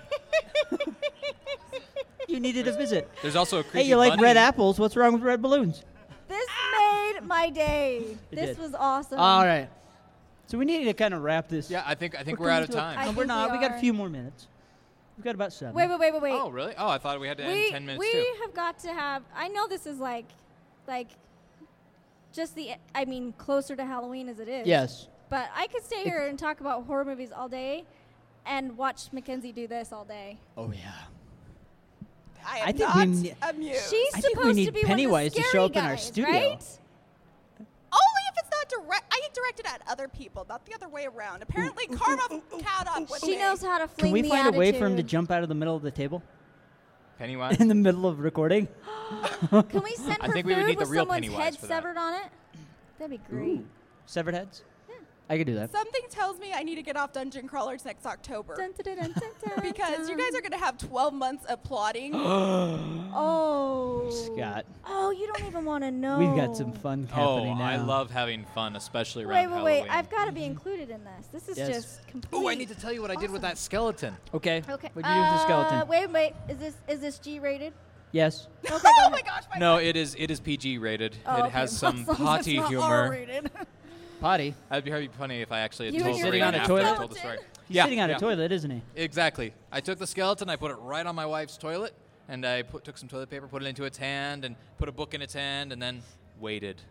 Speaker 4: you needed a visit.
Speaker 6: There's also a creepy
Speaker 4: Hey, you like
Speaker 6: bunny.
Speaker 4: red apples? What's wrong with red balloons?
Speaker 7: This made my day.
Speaker 4: It
Speaker 7: This
Speaker 4: did.
Speaker 7: was awesome.
Speaker 4: All right. So we need to kind of wrap this.
Speaker 6: Yeah, I think I think
Speaker 4: We're
Speaker 6: we're, out
Speaker 4: coming
Speaker 6: of
Speaker 4: to a-
Speaker 7: I
Speaker 6: time.
Speaker 4: No,
Speaker 7: think
Speaker 4: we're not.
Speaker 7: we
Speaker 4: We got
Speaker 7: are.
Speaker 4: a few more minutes. We've got about seven.
Speaker 7: Wait, wait, wait, wait, wait.
Speaker 6: Oh, really? Oh, I thought we had to end
Speaker 7: we
Speaker 6: ten minutes
Speaker 7: we
Speaker 6: too.
Speaker 7: have got to have. I know this is like, like, just the. I mean, closer to Halloween as it is.
Speaker 4: Yes.
Speaker 7: But I could stay here and talk about horror movies all day, and watch Mackenzie do this all day.
Speaker 4: Oh yeah.
Speaker 9: I am
Speaker 4: I think we
Speaker 9: not
Speaker 4: ne-
Speaker 9: amused.
Speaker 7: She's
Speaker 4: I think we
Speaker 7: supposed
Speaker 4: need
Speaker 7: to be one
Speaker 4: Pennywise
Speaker 7: of the
Speaker 4: to show
Speaker 7: scary
Speaker 4: up in our
Speaker 7: guys,
Speaker 4: studio.
Speaker 7: right?
Speaker 9: Only if it's not direct. I direct it at other people, not the other way around. Apparently, karma caught up with
Speaker 7: She
Speaker 9: me.
Speaker 7: knows how to fling
Speaker 4: Can we
Speaker 7: the
Speaker 4: find
Speaker 7: attitude.
Speaker 4: a way for him to jump out of the middle of the table
Speaker 6: Pennywise.
Speaker 4: in the middle of recording?
Speaker 7: Can we send
Speaker 6: I
Speaker 7: her
Speaker 6: think we would
Speaker 7: food
Speaker 6: need the
Speaker 7: with
Speaker 6: real
Speaker 7: someone's
Speaker 6: Pennywise
Speaker 7: head
Speaker 6: for that.
Speaker 7: severed on it? That'd be great.
Speaker 4: Severed heads. I could do that.
Speaker 9: Something tells me I need to get off Dungeon Crawlers next October. because you guys are going to have 12 months of plotting.
Speaker 7: oh.
Speaker 4: Scott.
Speaker 7: Oh, you don't even want to know.
Speaker 4: We've got some fun
Speaker 6: Oh,
Speaker 4: happening now.
Speaker 6: I love having fun, especially
Speaker 7: Wait,
Speaker 6: around
Speaker 7: wait,
Speaker 6: Halloween.
Speaker 7: wait. I've got to be included in this. This is
Speaker 6: Yes.
Speaker 7: just complete.
Speaker 6: Ooh, I need to tell you what I did with that skeleton.
Speaker 4: Okay. What'd
Speaker 7: Okay.
Speaker 4: you do with the
Speaker 7: Uh,
Speaker 4: skeleton?
Speaker 7: wait, wait. Is this is this G rated?
Speaker 4: Yes.
Speaker 7: Okay, oh my
Speaker 9: gosh.
Speaker 6: No, it is it is PG rated.
Speaker 7: Oh,
Speaker 6: it
Speaker 7: okay.
Speaker 6: has some
Speaker 7: As long as
Speaker 6: potty
Speaker 7: it's not
Speaker 6: humor.
Speaker 7: R-rated.
Speaker 4: Potty.
Speaker 6: That'd be hard- be funny if I actually had
Speaker 4: You and
Speaker 6: told
Speaker 4: your
Speaker 6: Reagan
Speaker 4: skeleton.
Speaker 6: after I
Speaker 4: Skeleton.
Speaker 6: told the story.
Speaker 4: He's sitting on a toilet, isn't he?
Speaker 6: Exactly. I took the skeleton, I put it right on my wife's toilet, and I put, took some toilet paper, put it into its hand, and put a book in its hand, and then waited.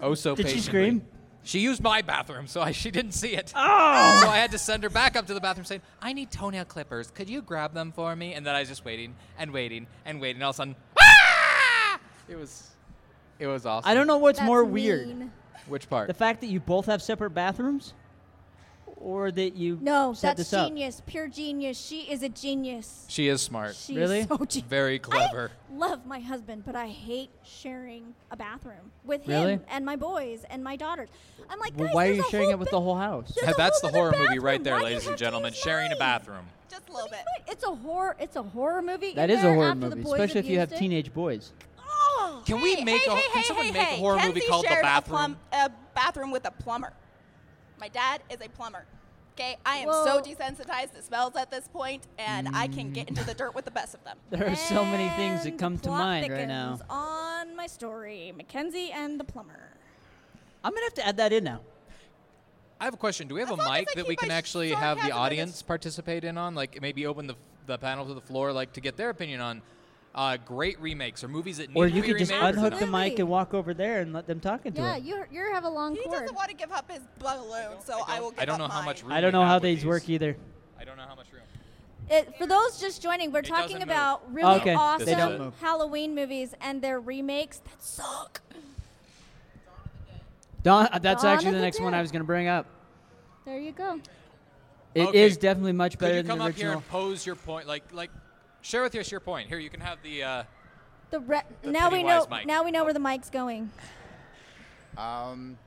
Speaker 6: oh, so
Speaker 4: Did she
Speaker 6: patiently.
Speaker 4: scream?
Speaker 6: She used my bathroom, so I, she didn't see it.
Speaker 4: Oh!
Speaker 6: So I had to send her back up to the bathroom saying, I need toenail clippers. Could you grab them for me? And then I was just waiting and waiting and waiting. All of a sudden, "Ah!" it was it was awesome.
Speaker 4: I don't know what's more weird.
Speaker 6: Which part?
Speaker 4: The fact that you both have separate bathrooms? Or that you
Speaker 7: No,
Speaker 4: set
Speaker 7: that's
Speaker 4: this up?
Speaker 7: genius. Pure genius. She is a genius.
Speaker 6: She is smart.
Speaker 7: She is Really? so gen-
Speaker 6: Very clever.
Speaker 7: Love my husband, but I hate sharing a bathroom with
Speaker 6: Really?
Speaker 7: him and my boys and my daughters. I'm like,
Speaker 8: Well,
Speaker 7: guys,
Speaker 8: why are
Speaker 7: there's
Speaker 8: you
Speaker 7: a
Speaker 8: sharing
Speaker 7: whole
Speaker 8: it with
Speaker 7: bi-
Speaker 8: the whole house?
Speaker 7: there's a
Speaker 6: That's
Speaker 7: whole
Speaker 6: the horror
Speaker 7: other
Speaker 6: movie right
Speaker 7: bathroom.
Speaker 6: there,
Speaker 7: Why do you
Speaker 6: ladies
Speaker 7: have
Speaker 6: and
Speaker 7: to
Speaker 6: gentlemen.
Speaker 7: use
Speaker 6: Sharing a
Speaker 7: mine?
Speaker 6: bathroom.
Speaker 9: Just a little bit.
Speaker 7: It's a horror. It's a horror movie.
Speaker 4: That
Speaker 7: in
Speaker 4: is a
Speaker 7: there
Speaker 4: horror
Speaker 7: after the
Speaker 4: movie,
Speaker 7: boys
Speaker 4: especially if you have
Speaker 7: abused it.
Speaker 4: teenage boys.
Speaker 6: Can we make a, can someone make a horror
Speaker 9: Kenzie
Speaker 6: movie called The
Speaker 9: shared
Speaker 6: Bathroom?
Speaker 9: A, plum, a bathroom with a plumber. My dad is a plumber. Okay, I am
Speaker 7: Well-
Speaker 9: so desensitized to smells at this point, and I can get into the dirt with the best of them.
Speaker 4: There are so many things that
Speaker 7: And
Speaker 4: come to
Speaker 7: plot
Speaker 4: mind right now.
Speaker 7: thickens On my story, Mackenzie and the plumber.
Speaker 4: I'm going to have to add that in now.
Speaker 6: I have a question. Do we have a mic that we can actually have the audience participate in on? Like maybe open the, the panel to the floor, like to get their opinion on uh, great remakes or movies that need
Speaker 4: Or
Speaker 6: to
Speaker 4: you
Speaker 6: be
Speaker 4: could just
Speaker 6: remade or
Speaker 4: unhook the
Speaker 6: not.
Speaker 4: mic and walk over there and let them talk into
Speaker 7: Yeah,
Speaker 4: it.
Speaker 7: you you have a long
Speaker 9: He
Speaker 7: cord.
Speaker 9: doesn't want to give up his balloon, so I, will give
Speaker 6: I don't
Speaker 9: up
Speaker 6: know how
Speaker 9: mine.
Speaker 6: much room.
Speaker 4: I don't
Speaker 6: we
Speaker 4: know
Speaker 6: have
Speaker 4: how
Speaker 6: with
Speaker 4: these
Speaker 6: these
Speaker 4: work either.
Speaker 6: I don't know how much room.
Speaker 7: It, for those just joining, we're talking
Speaker 6: doesn't
Speaker 7: about
Speaker 6: move.
Speaker 7: really
Speaker 4: Okay,
Speaker 7: awesome
Speaker 4: they don't move.
Speaker 7: Halloween movies and their remakes that suck.
Speaker 4: Dawn, uh, that's
Speaker 7: Dawn
Speaker 4: actually
Speaker 7: of
Speaker 4: the
Speaker 7: the
Speaker 4: next one I
Speaker 7: Dead.
Speaker 4: was going to bring up.
Speaker 7: There you go.
Speaker 4: It is
Speaker 6: Okay.
Speaker 4: definitely much
Speaker 6: Could
Speaker 4: better
Speaker 6: you
Speaker 4: than
Speaker 6: come
Speaker 4: the
Speaker 6: up here
Speaker 4: original.
Speaker 6: and pose your point? Like like share with us your point. Here you can have the. Uh,
Speaker 7: The, re-
Speaker 6: The
Speaker 7: now we know
Speaker 6: Pennywise mic.
Speaker 7: now we know where the mic's going.
Speaker 11: Um,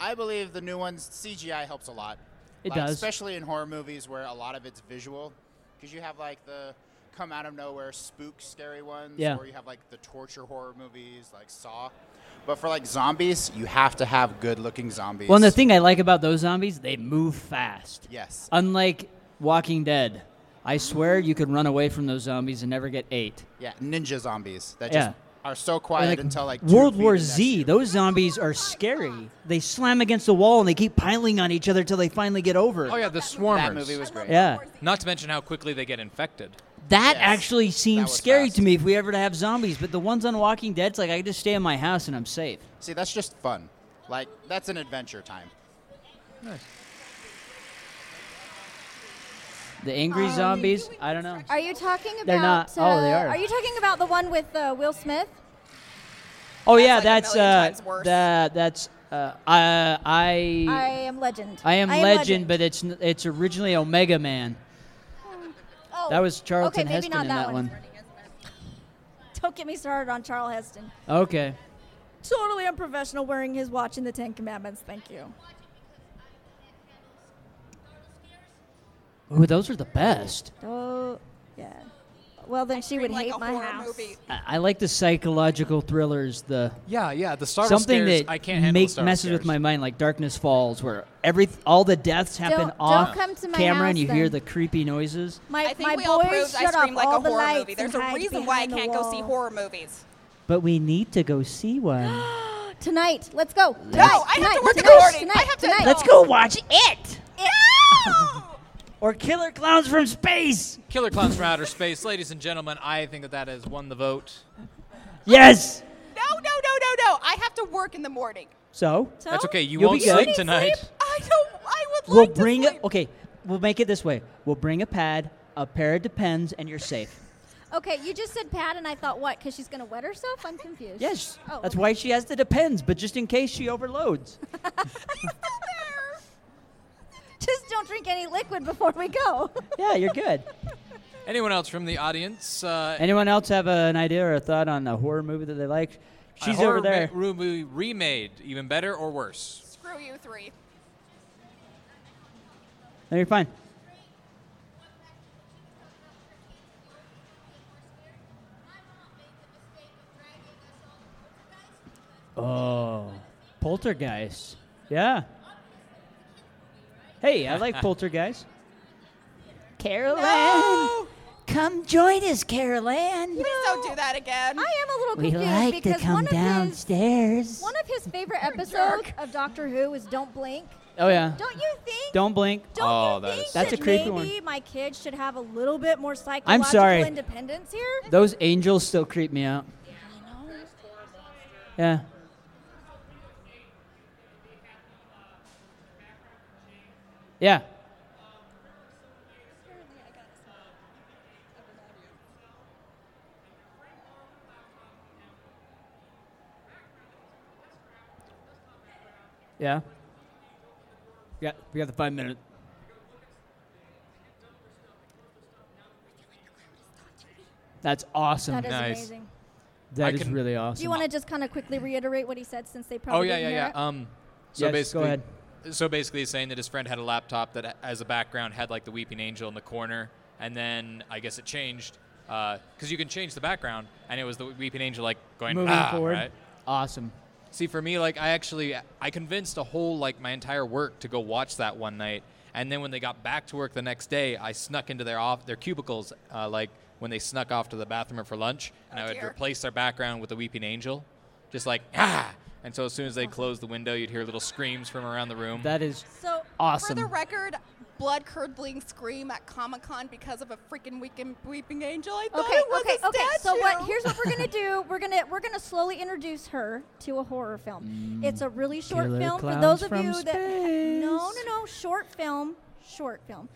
Speaker 11: I believe the new ones CGI helps a lot.
Speaker 4: It
Speaker 11: Like,
Speaker 4: does.
Speaker 11: especially in horror movies where a lot of it's visual, because you have like the come out of nowhere spook scary ones,
Speaker 4: Yeah.
Speaker 11: or you have like the torture horror movies like Saw. But for like zombies, you have to have good looking zombies.
Speaker 4: Well, and the thing I like about those zombies, they move fast.
Speaker 11: Yes.
Speaker 4: Unlike Walking Dead, I swear you could run away from those zombies and never get ate.
Speaker 11: Yeah, ninja zombies that
Speaker 4: Yeah.
Speaker 11: just are so
Speaker 4: Or
Speaker 11: quiet until like two
Speaker 4: World
Speaker 11: feet
Speaker 4: War
Speaker 11: next to
Speaker 4: Z, those zombies are scary. They slam against the wall and they keep piling on each other until they finally get over. it.
Speaker 6: oh yeah, the swarmers.
Speaker 11: movie was I love great.
Speaker 4: Yeah.
Speaker 6: Not to mention how quickly they get infected.
Speaker 4: That actually seems scary to me if we ever to have zombies, but the ones on Walking Dead, it's like I can just stay in my house and I'm safe.
Speaker 11: See, that's just fun. Like that's an adventure time.
Speaker 4: The angry
Speaker 7: Um,
Speaker 4: zombies, I don't know.
Speaker 7: Are you talking about?
Speaker 4: They're not- oh, they
Speaker 7: uh,
Speaker 4: are.
Speaker 7: Are you talking about the one with uh, Will Smith?
Speaker 4: Oh yeah, that's
Speaker 7: million
Speaker 4: uh,
Speaker 7: times worse.
Speaker 4: that that's uh, uh, I.
Speaker 7: I am Legend.
Speaker 4: I am legend, but it's n- it's originally Omega Man.
Speaker 7: Oh,
Speaker 4: that was Charlton
Speaker 7: okay, maybe
Speaker 4: Heston
Speaker 7: not
Speaker 4: in
Speaker 7: that
Speaker 4: that
Speaker 7: one.
Speaker 4: one.
Speaker 7: Don't get me started on Charles Heston.
Speaker 4: Okay.
Speaker 7: Totally unprofessional wearing his watch in the Ten Commandments. Thank you.
Speaker 4: Ooh, those are the best.
Speaker 7: Oh, yeah. Well, then she would
Speaker 9: like
Speaker 7: hate
Speaker 9: a
Speaker 7: my
Speaker 9: horror
Speaker 7: house.
Speaker 4: I, I like the psychological thrillers. The
Speaker 6: Yeah, yeah, the startle
Speaker 4: something
Speaker 6: scares,
Speaker 4: that
Speaker 6: I can't handle
Speaker 4: make
Speaker 6: startle
Speaker 4: messes with my mind, like Darkness Falls, where every all the deaths happen
Speaker 7: Don't- don't
Speaker 4: off
Speaker 7: come to my
Speaker 4: camera and
Speaker 7: house
Speaker 4: you hear
Speaker 7: then.
Speaker 4: the creepy noises.
Speaker 7: My,
Speaker 9: I think
Speaker 7: my
Speaker 9: we
Speaker 7: boys
Speaker 9: all proved I
Speaker 7: shut
Speaker 9: scream
Speaker 7: off
Speaker 9: like
Speaker 7: all
Speaker 9: a
Speaker 7: the
Speaker 9: horror
Speaker 7: lights
Speaker 9: movie. There's
Speaker 7: and
Speaker 9: a
Speaker 7: hide
Speaker 9: reason why I
Speaker 7: behind the
Speaker 9: can't go see
Speaker 7: wall.
Speaker 9: horror movies.
Speaker 4: But we need to go see one.
Speaker 7: Tonight, let's go.
Speaker 4: No,
Speaker 7: Tonight,
Speaker 9: I have to
Speaker 7: tonight,
Speaker 9: work
Speaker 7: tonight,
Speaker 9: tomorrow.
Speaker 7: Tonight,
Speaker 9: I have to-
Speaker 7: tonight.
Speaker 4: Let's go watch it
Speaker 9: No!
Speaker 4: or Killer Clowns from Space.
Speaker 6: Killer Clowns from Outer Space, ladies and gentlemen, I think that that has won the vote.
Speaker 4: Yes.
Speaker 9: No, no, no, no, no. I have to work in the morning.
Speaker 4: So
Speaker 6: That's okay. You
Speaker 4: Oh. You'll
Speaker 6: won't
Speaker 4: be good.
Speaker 6: sleep tonight.
Speaker 9: I don't. I would
Speaker 4: We'll
Speaker 9: like
Speaker 4: bring
Speaker 9: to
Speaker 4: a, okay. We'll make it this way. We'll bring a pad, a pair of Depends, and you're safe.
Speaker 7: Okay, you just said Pat, and I thought what? Because she's gonna wet herself? I'm confused.
Speaker 4: Yes,
Speaker 7: Oh,
Speaker 4: that's
Speaker 7: okay.
Speaker 4: why she has the Depends, but just in case she overloads.
Speaker 7: Just don't drink any liquid before we go.
Speaker 4: yeah, you're good.
Speaker 6: Anyone else from the audience? Uh,
Speaker 4: Anyone else have a, an idea or a thought on a horror movie that they like?
Speaker 6: a
Speaker 4: She's
Speaker 6: horror
Speaker 4: over there.
Speaker 6: ma- movie remade, even better or worse?
Speaker 9: Screw you three.
Speaker 4: No, you're fine. Oh, Poltergeist. Yeah. Hey, I like Poltergeist. Carolyn,
Speaker 9: No!
Speaker 4: come join us, Carolyn.
Speaker 9: Please don't do that again.
Speaker 7: I am a little
Speaker 4: We
Speaker 7: confused
Speaker 4: like to
Speaker 7: because
Speaker 4: come
Speaker 7: one of his
Speaker 4: downstairs.
Speaker 7: one of his favorite episodes of Doctor Who is Don't Blink.
Speaker 4: Oh yeah.
Speaker 7: Don't you think?
Speaker 4: Don't blink.
Speaker 7: Don't
Speaker 4: oh,
Speaker 7: you think
Speaker 4: that's a
Speaker 7: that
Speaker 4: creepy
Speaker 7: maybe
Speaker 4: one.
Speaker 7: my kids should have a little bit more psychological
Speaker 4: I'm sorry.
Speaker 7: independence here?
Speaker 4: Those angels still creep me out. Yeah. Yeah. Yeah. We got, we got the five minute. That's awesome.
Speaker 7: That is Nice. amazing.
Speaker 4: That
Speaker 6: I
Speaker 4: is
Speaker 6: can-
Speaker 4: really awesome.
Speaker 7: Do you want to just kind of quickly reiterate what he said since they probably
Speaker 6: oh yeah,
Speaker 7: didn't
Speaker 6: yeah, yeah.
Speaker 7: hear it?
Speaker 6: Um, so
Speaker 4: Yes, go
Speaker 6: basically,
Speaker 4: ahead.
Speaker 6: so basically, he's saying that his friend had a laptop that, as a background, had like the weeping angel in the corner, and then I guess it changed because you can change the background, and it was the weeping angel like going
Speaker 4: Moving
Speaker 6: "Ah,"
Speaker 4: forward.
Speaker 6: right?
Speaker 4: Awesome.
Speaker 6: See, for me, like I actually I convinced a whole like my entire work to go watch that one night, and then when they got back to work the next day, I snuck into their off their cubicles, uh, like when they snuck off to the bathroom for lunch, and I would replace their background with a weeping angel, just like ah. And so as soon as they closed the window, you'd hear little screams from around the room.
Speaker 4: That is
Speaker 9: So,
Speaker 6: Awesome.
Speaker 9: for the record, blood curdling scream at Comic Con because of a freaking weekend weeping angel. I thought
Speaker 7: Okay,
Speaker 9: it was
Speaker 7: okay,
Speaker 9: a
Speaker 7: okay. So what?
Speaker 9: statue.
Speaker 7: Here's what we're gonna do. We're gonna we're gonna slowly introduce her to a horror film. it's a really short
Speaker 9: Killer
Speaker 7: film for
Speaker 9: Clowns
Speaker 7: those of
Speaker 9: from
Speaker 7: you that no no no short film short film.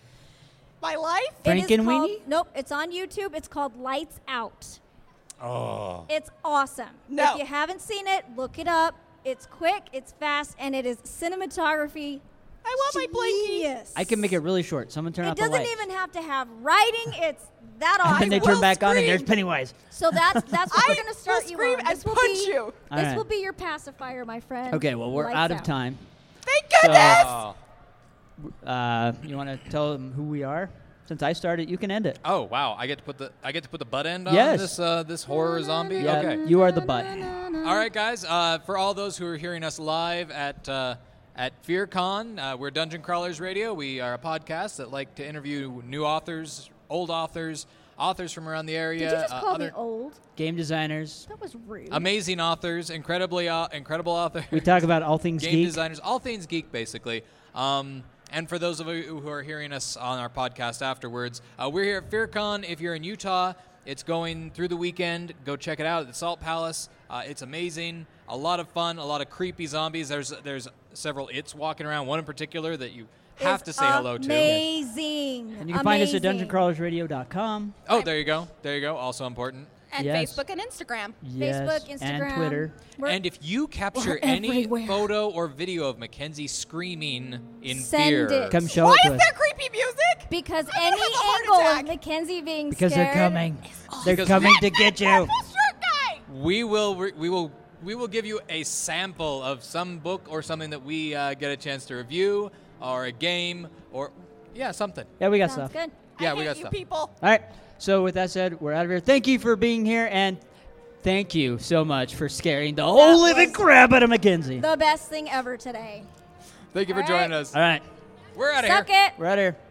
Speaker 9: My life.
Speaker 7: It is called,
Speaker 9: Frankenweenie?
Speaker 7: nope. It's on YouTube. It's called Lights Out.
Speaker 6: Oh.
Speaker 7: It's awesome.
Speaker 9: No.
Speaker 7: If you haven't seen it, look it up. It's quick, it's fast, and it is cinematography.
Speaker 9: I want my blankie.
Speaker 7: Yes.
Speaker 4: I can make it really short. Someone turn
Speaker 7: It
Speaker 4: off the
Speaker 7: doesn't
Speaker 4: light.
Speaker 7: even have to have writing. It's that awesome.
Speaker 4: and then they turn back on and there's Pennywise.
Speaker 7: So that's that's what we're gonna start you
Speaker 9: scream
Speaker 7: on.
Speaker 9: and
Speaker 7: This will
Speaker 9: punch
Speaker 7: be,
Speaker 9: you.
Speaker 4: All
Speaker 7: This
Speaker 4: right.
Speaker 7: will be your pacifier, my friend.
Speaker 4: Okay, well we're
Speaker 7: Lights
Speaker 4: out of time.
Speaker 7: Thank
Speaker 6: Oh,
Speaker 4: So, uh, you want to tell them who we are? Since I started, you can end it.
Speaker 6: Oh wow! I get to put the I get to put the butt end on
Speaker 4: Yes.
Speaker 6: this uh, this horror zombie.
Speaker 4: Yeah,
Speaker 6: okay.
Speaker 4: you are the butt.
Speaker 6: All right, guys. Uh, for all those who are hearing us live at uh, at FearCon, uh, we're Dungeon Crawlers Radio. We are a podcast that like to interview new authors, old authors, authors from around the area,
Speaker 7: Did you just
Speaker 6: uh,
Speaker 7: call
Speaker 6: other
Speaker 7: me old?
Speaker 4: Game designers.
Speaker 7: That was rude.
Speaker 6: amazing authors, incredibly au- incredible authors.
Speaker 4: We talk about all things
Speaker 6: game
Speaker 4: geek.
Speaker 6: designers, all things geek, basically. Um, and for those of you who are hearing us on our podcast afterwards, uh, we're here at FearCon. If you're in Utah, it's going through the weekend. Go check it out at the Salt Palace. Uh, it's amazing. A lot of fun. A lot of creepy zombies. There's there's several its walking around. One in particular that you have to say hello to.
Speaker 7: Amazing.
Speaker 4: And you can find us at dungeoncrawlersradio.com.
Speaker 6: Oh, there you go. There you go. Also important.
Speaker 9: And
Speaker 4: Yes.
Speaker 9: Facebook and Instagram.
Speaker 4: Yes,
Speaker 9: Facebook,
Speaker 4: and
Speaker 9: Instagram.
Speaker 4: Twitter.
Speaker 6: and if you capture any photo or video of Mackenzie screaming in
Speaker 7: Send
Speaker 6: fear,
Speaker 7: it.
Speaker 4: Come show it to us.
Speaker 9: creepy music?
Speaker 7: Because any angle of Mackenzie being
Speaker 4: Because they're
Speaker 7: scared-
Speaker 4: coming. They're
Speaker 6: Because-
Speaker 4: coming to get you.
Speaker 6: We will. Re- we will. We will give you a sample of some book or something that we uh, get a chance to review, or a game, or yeah, something.
Speaker 4: Yeah, we got stuff.
Speaker 6: Yeah, we got stuff.
Speaker 9: people.
Speaker 4: All right. So with that said, we're out of here. Thank you for being here, and thank you so much for scaring the whole living crap out of Mackenzie.
Speaker 7: The best thing ever today.
Speaker 6: Thank you for
Speaker 7: All right.
Speaker 6: joining us.
Speaker 4: All right.
Speaker 6: We're out of here.
Speaker 7: Suck it.
Speaker 4: We're out of here.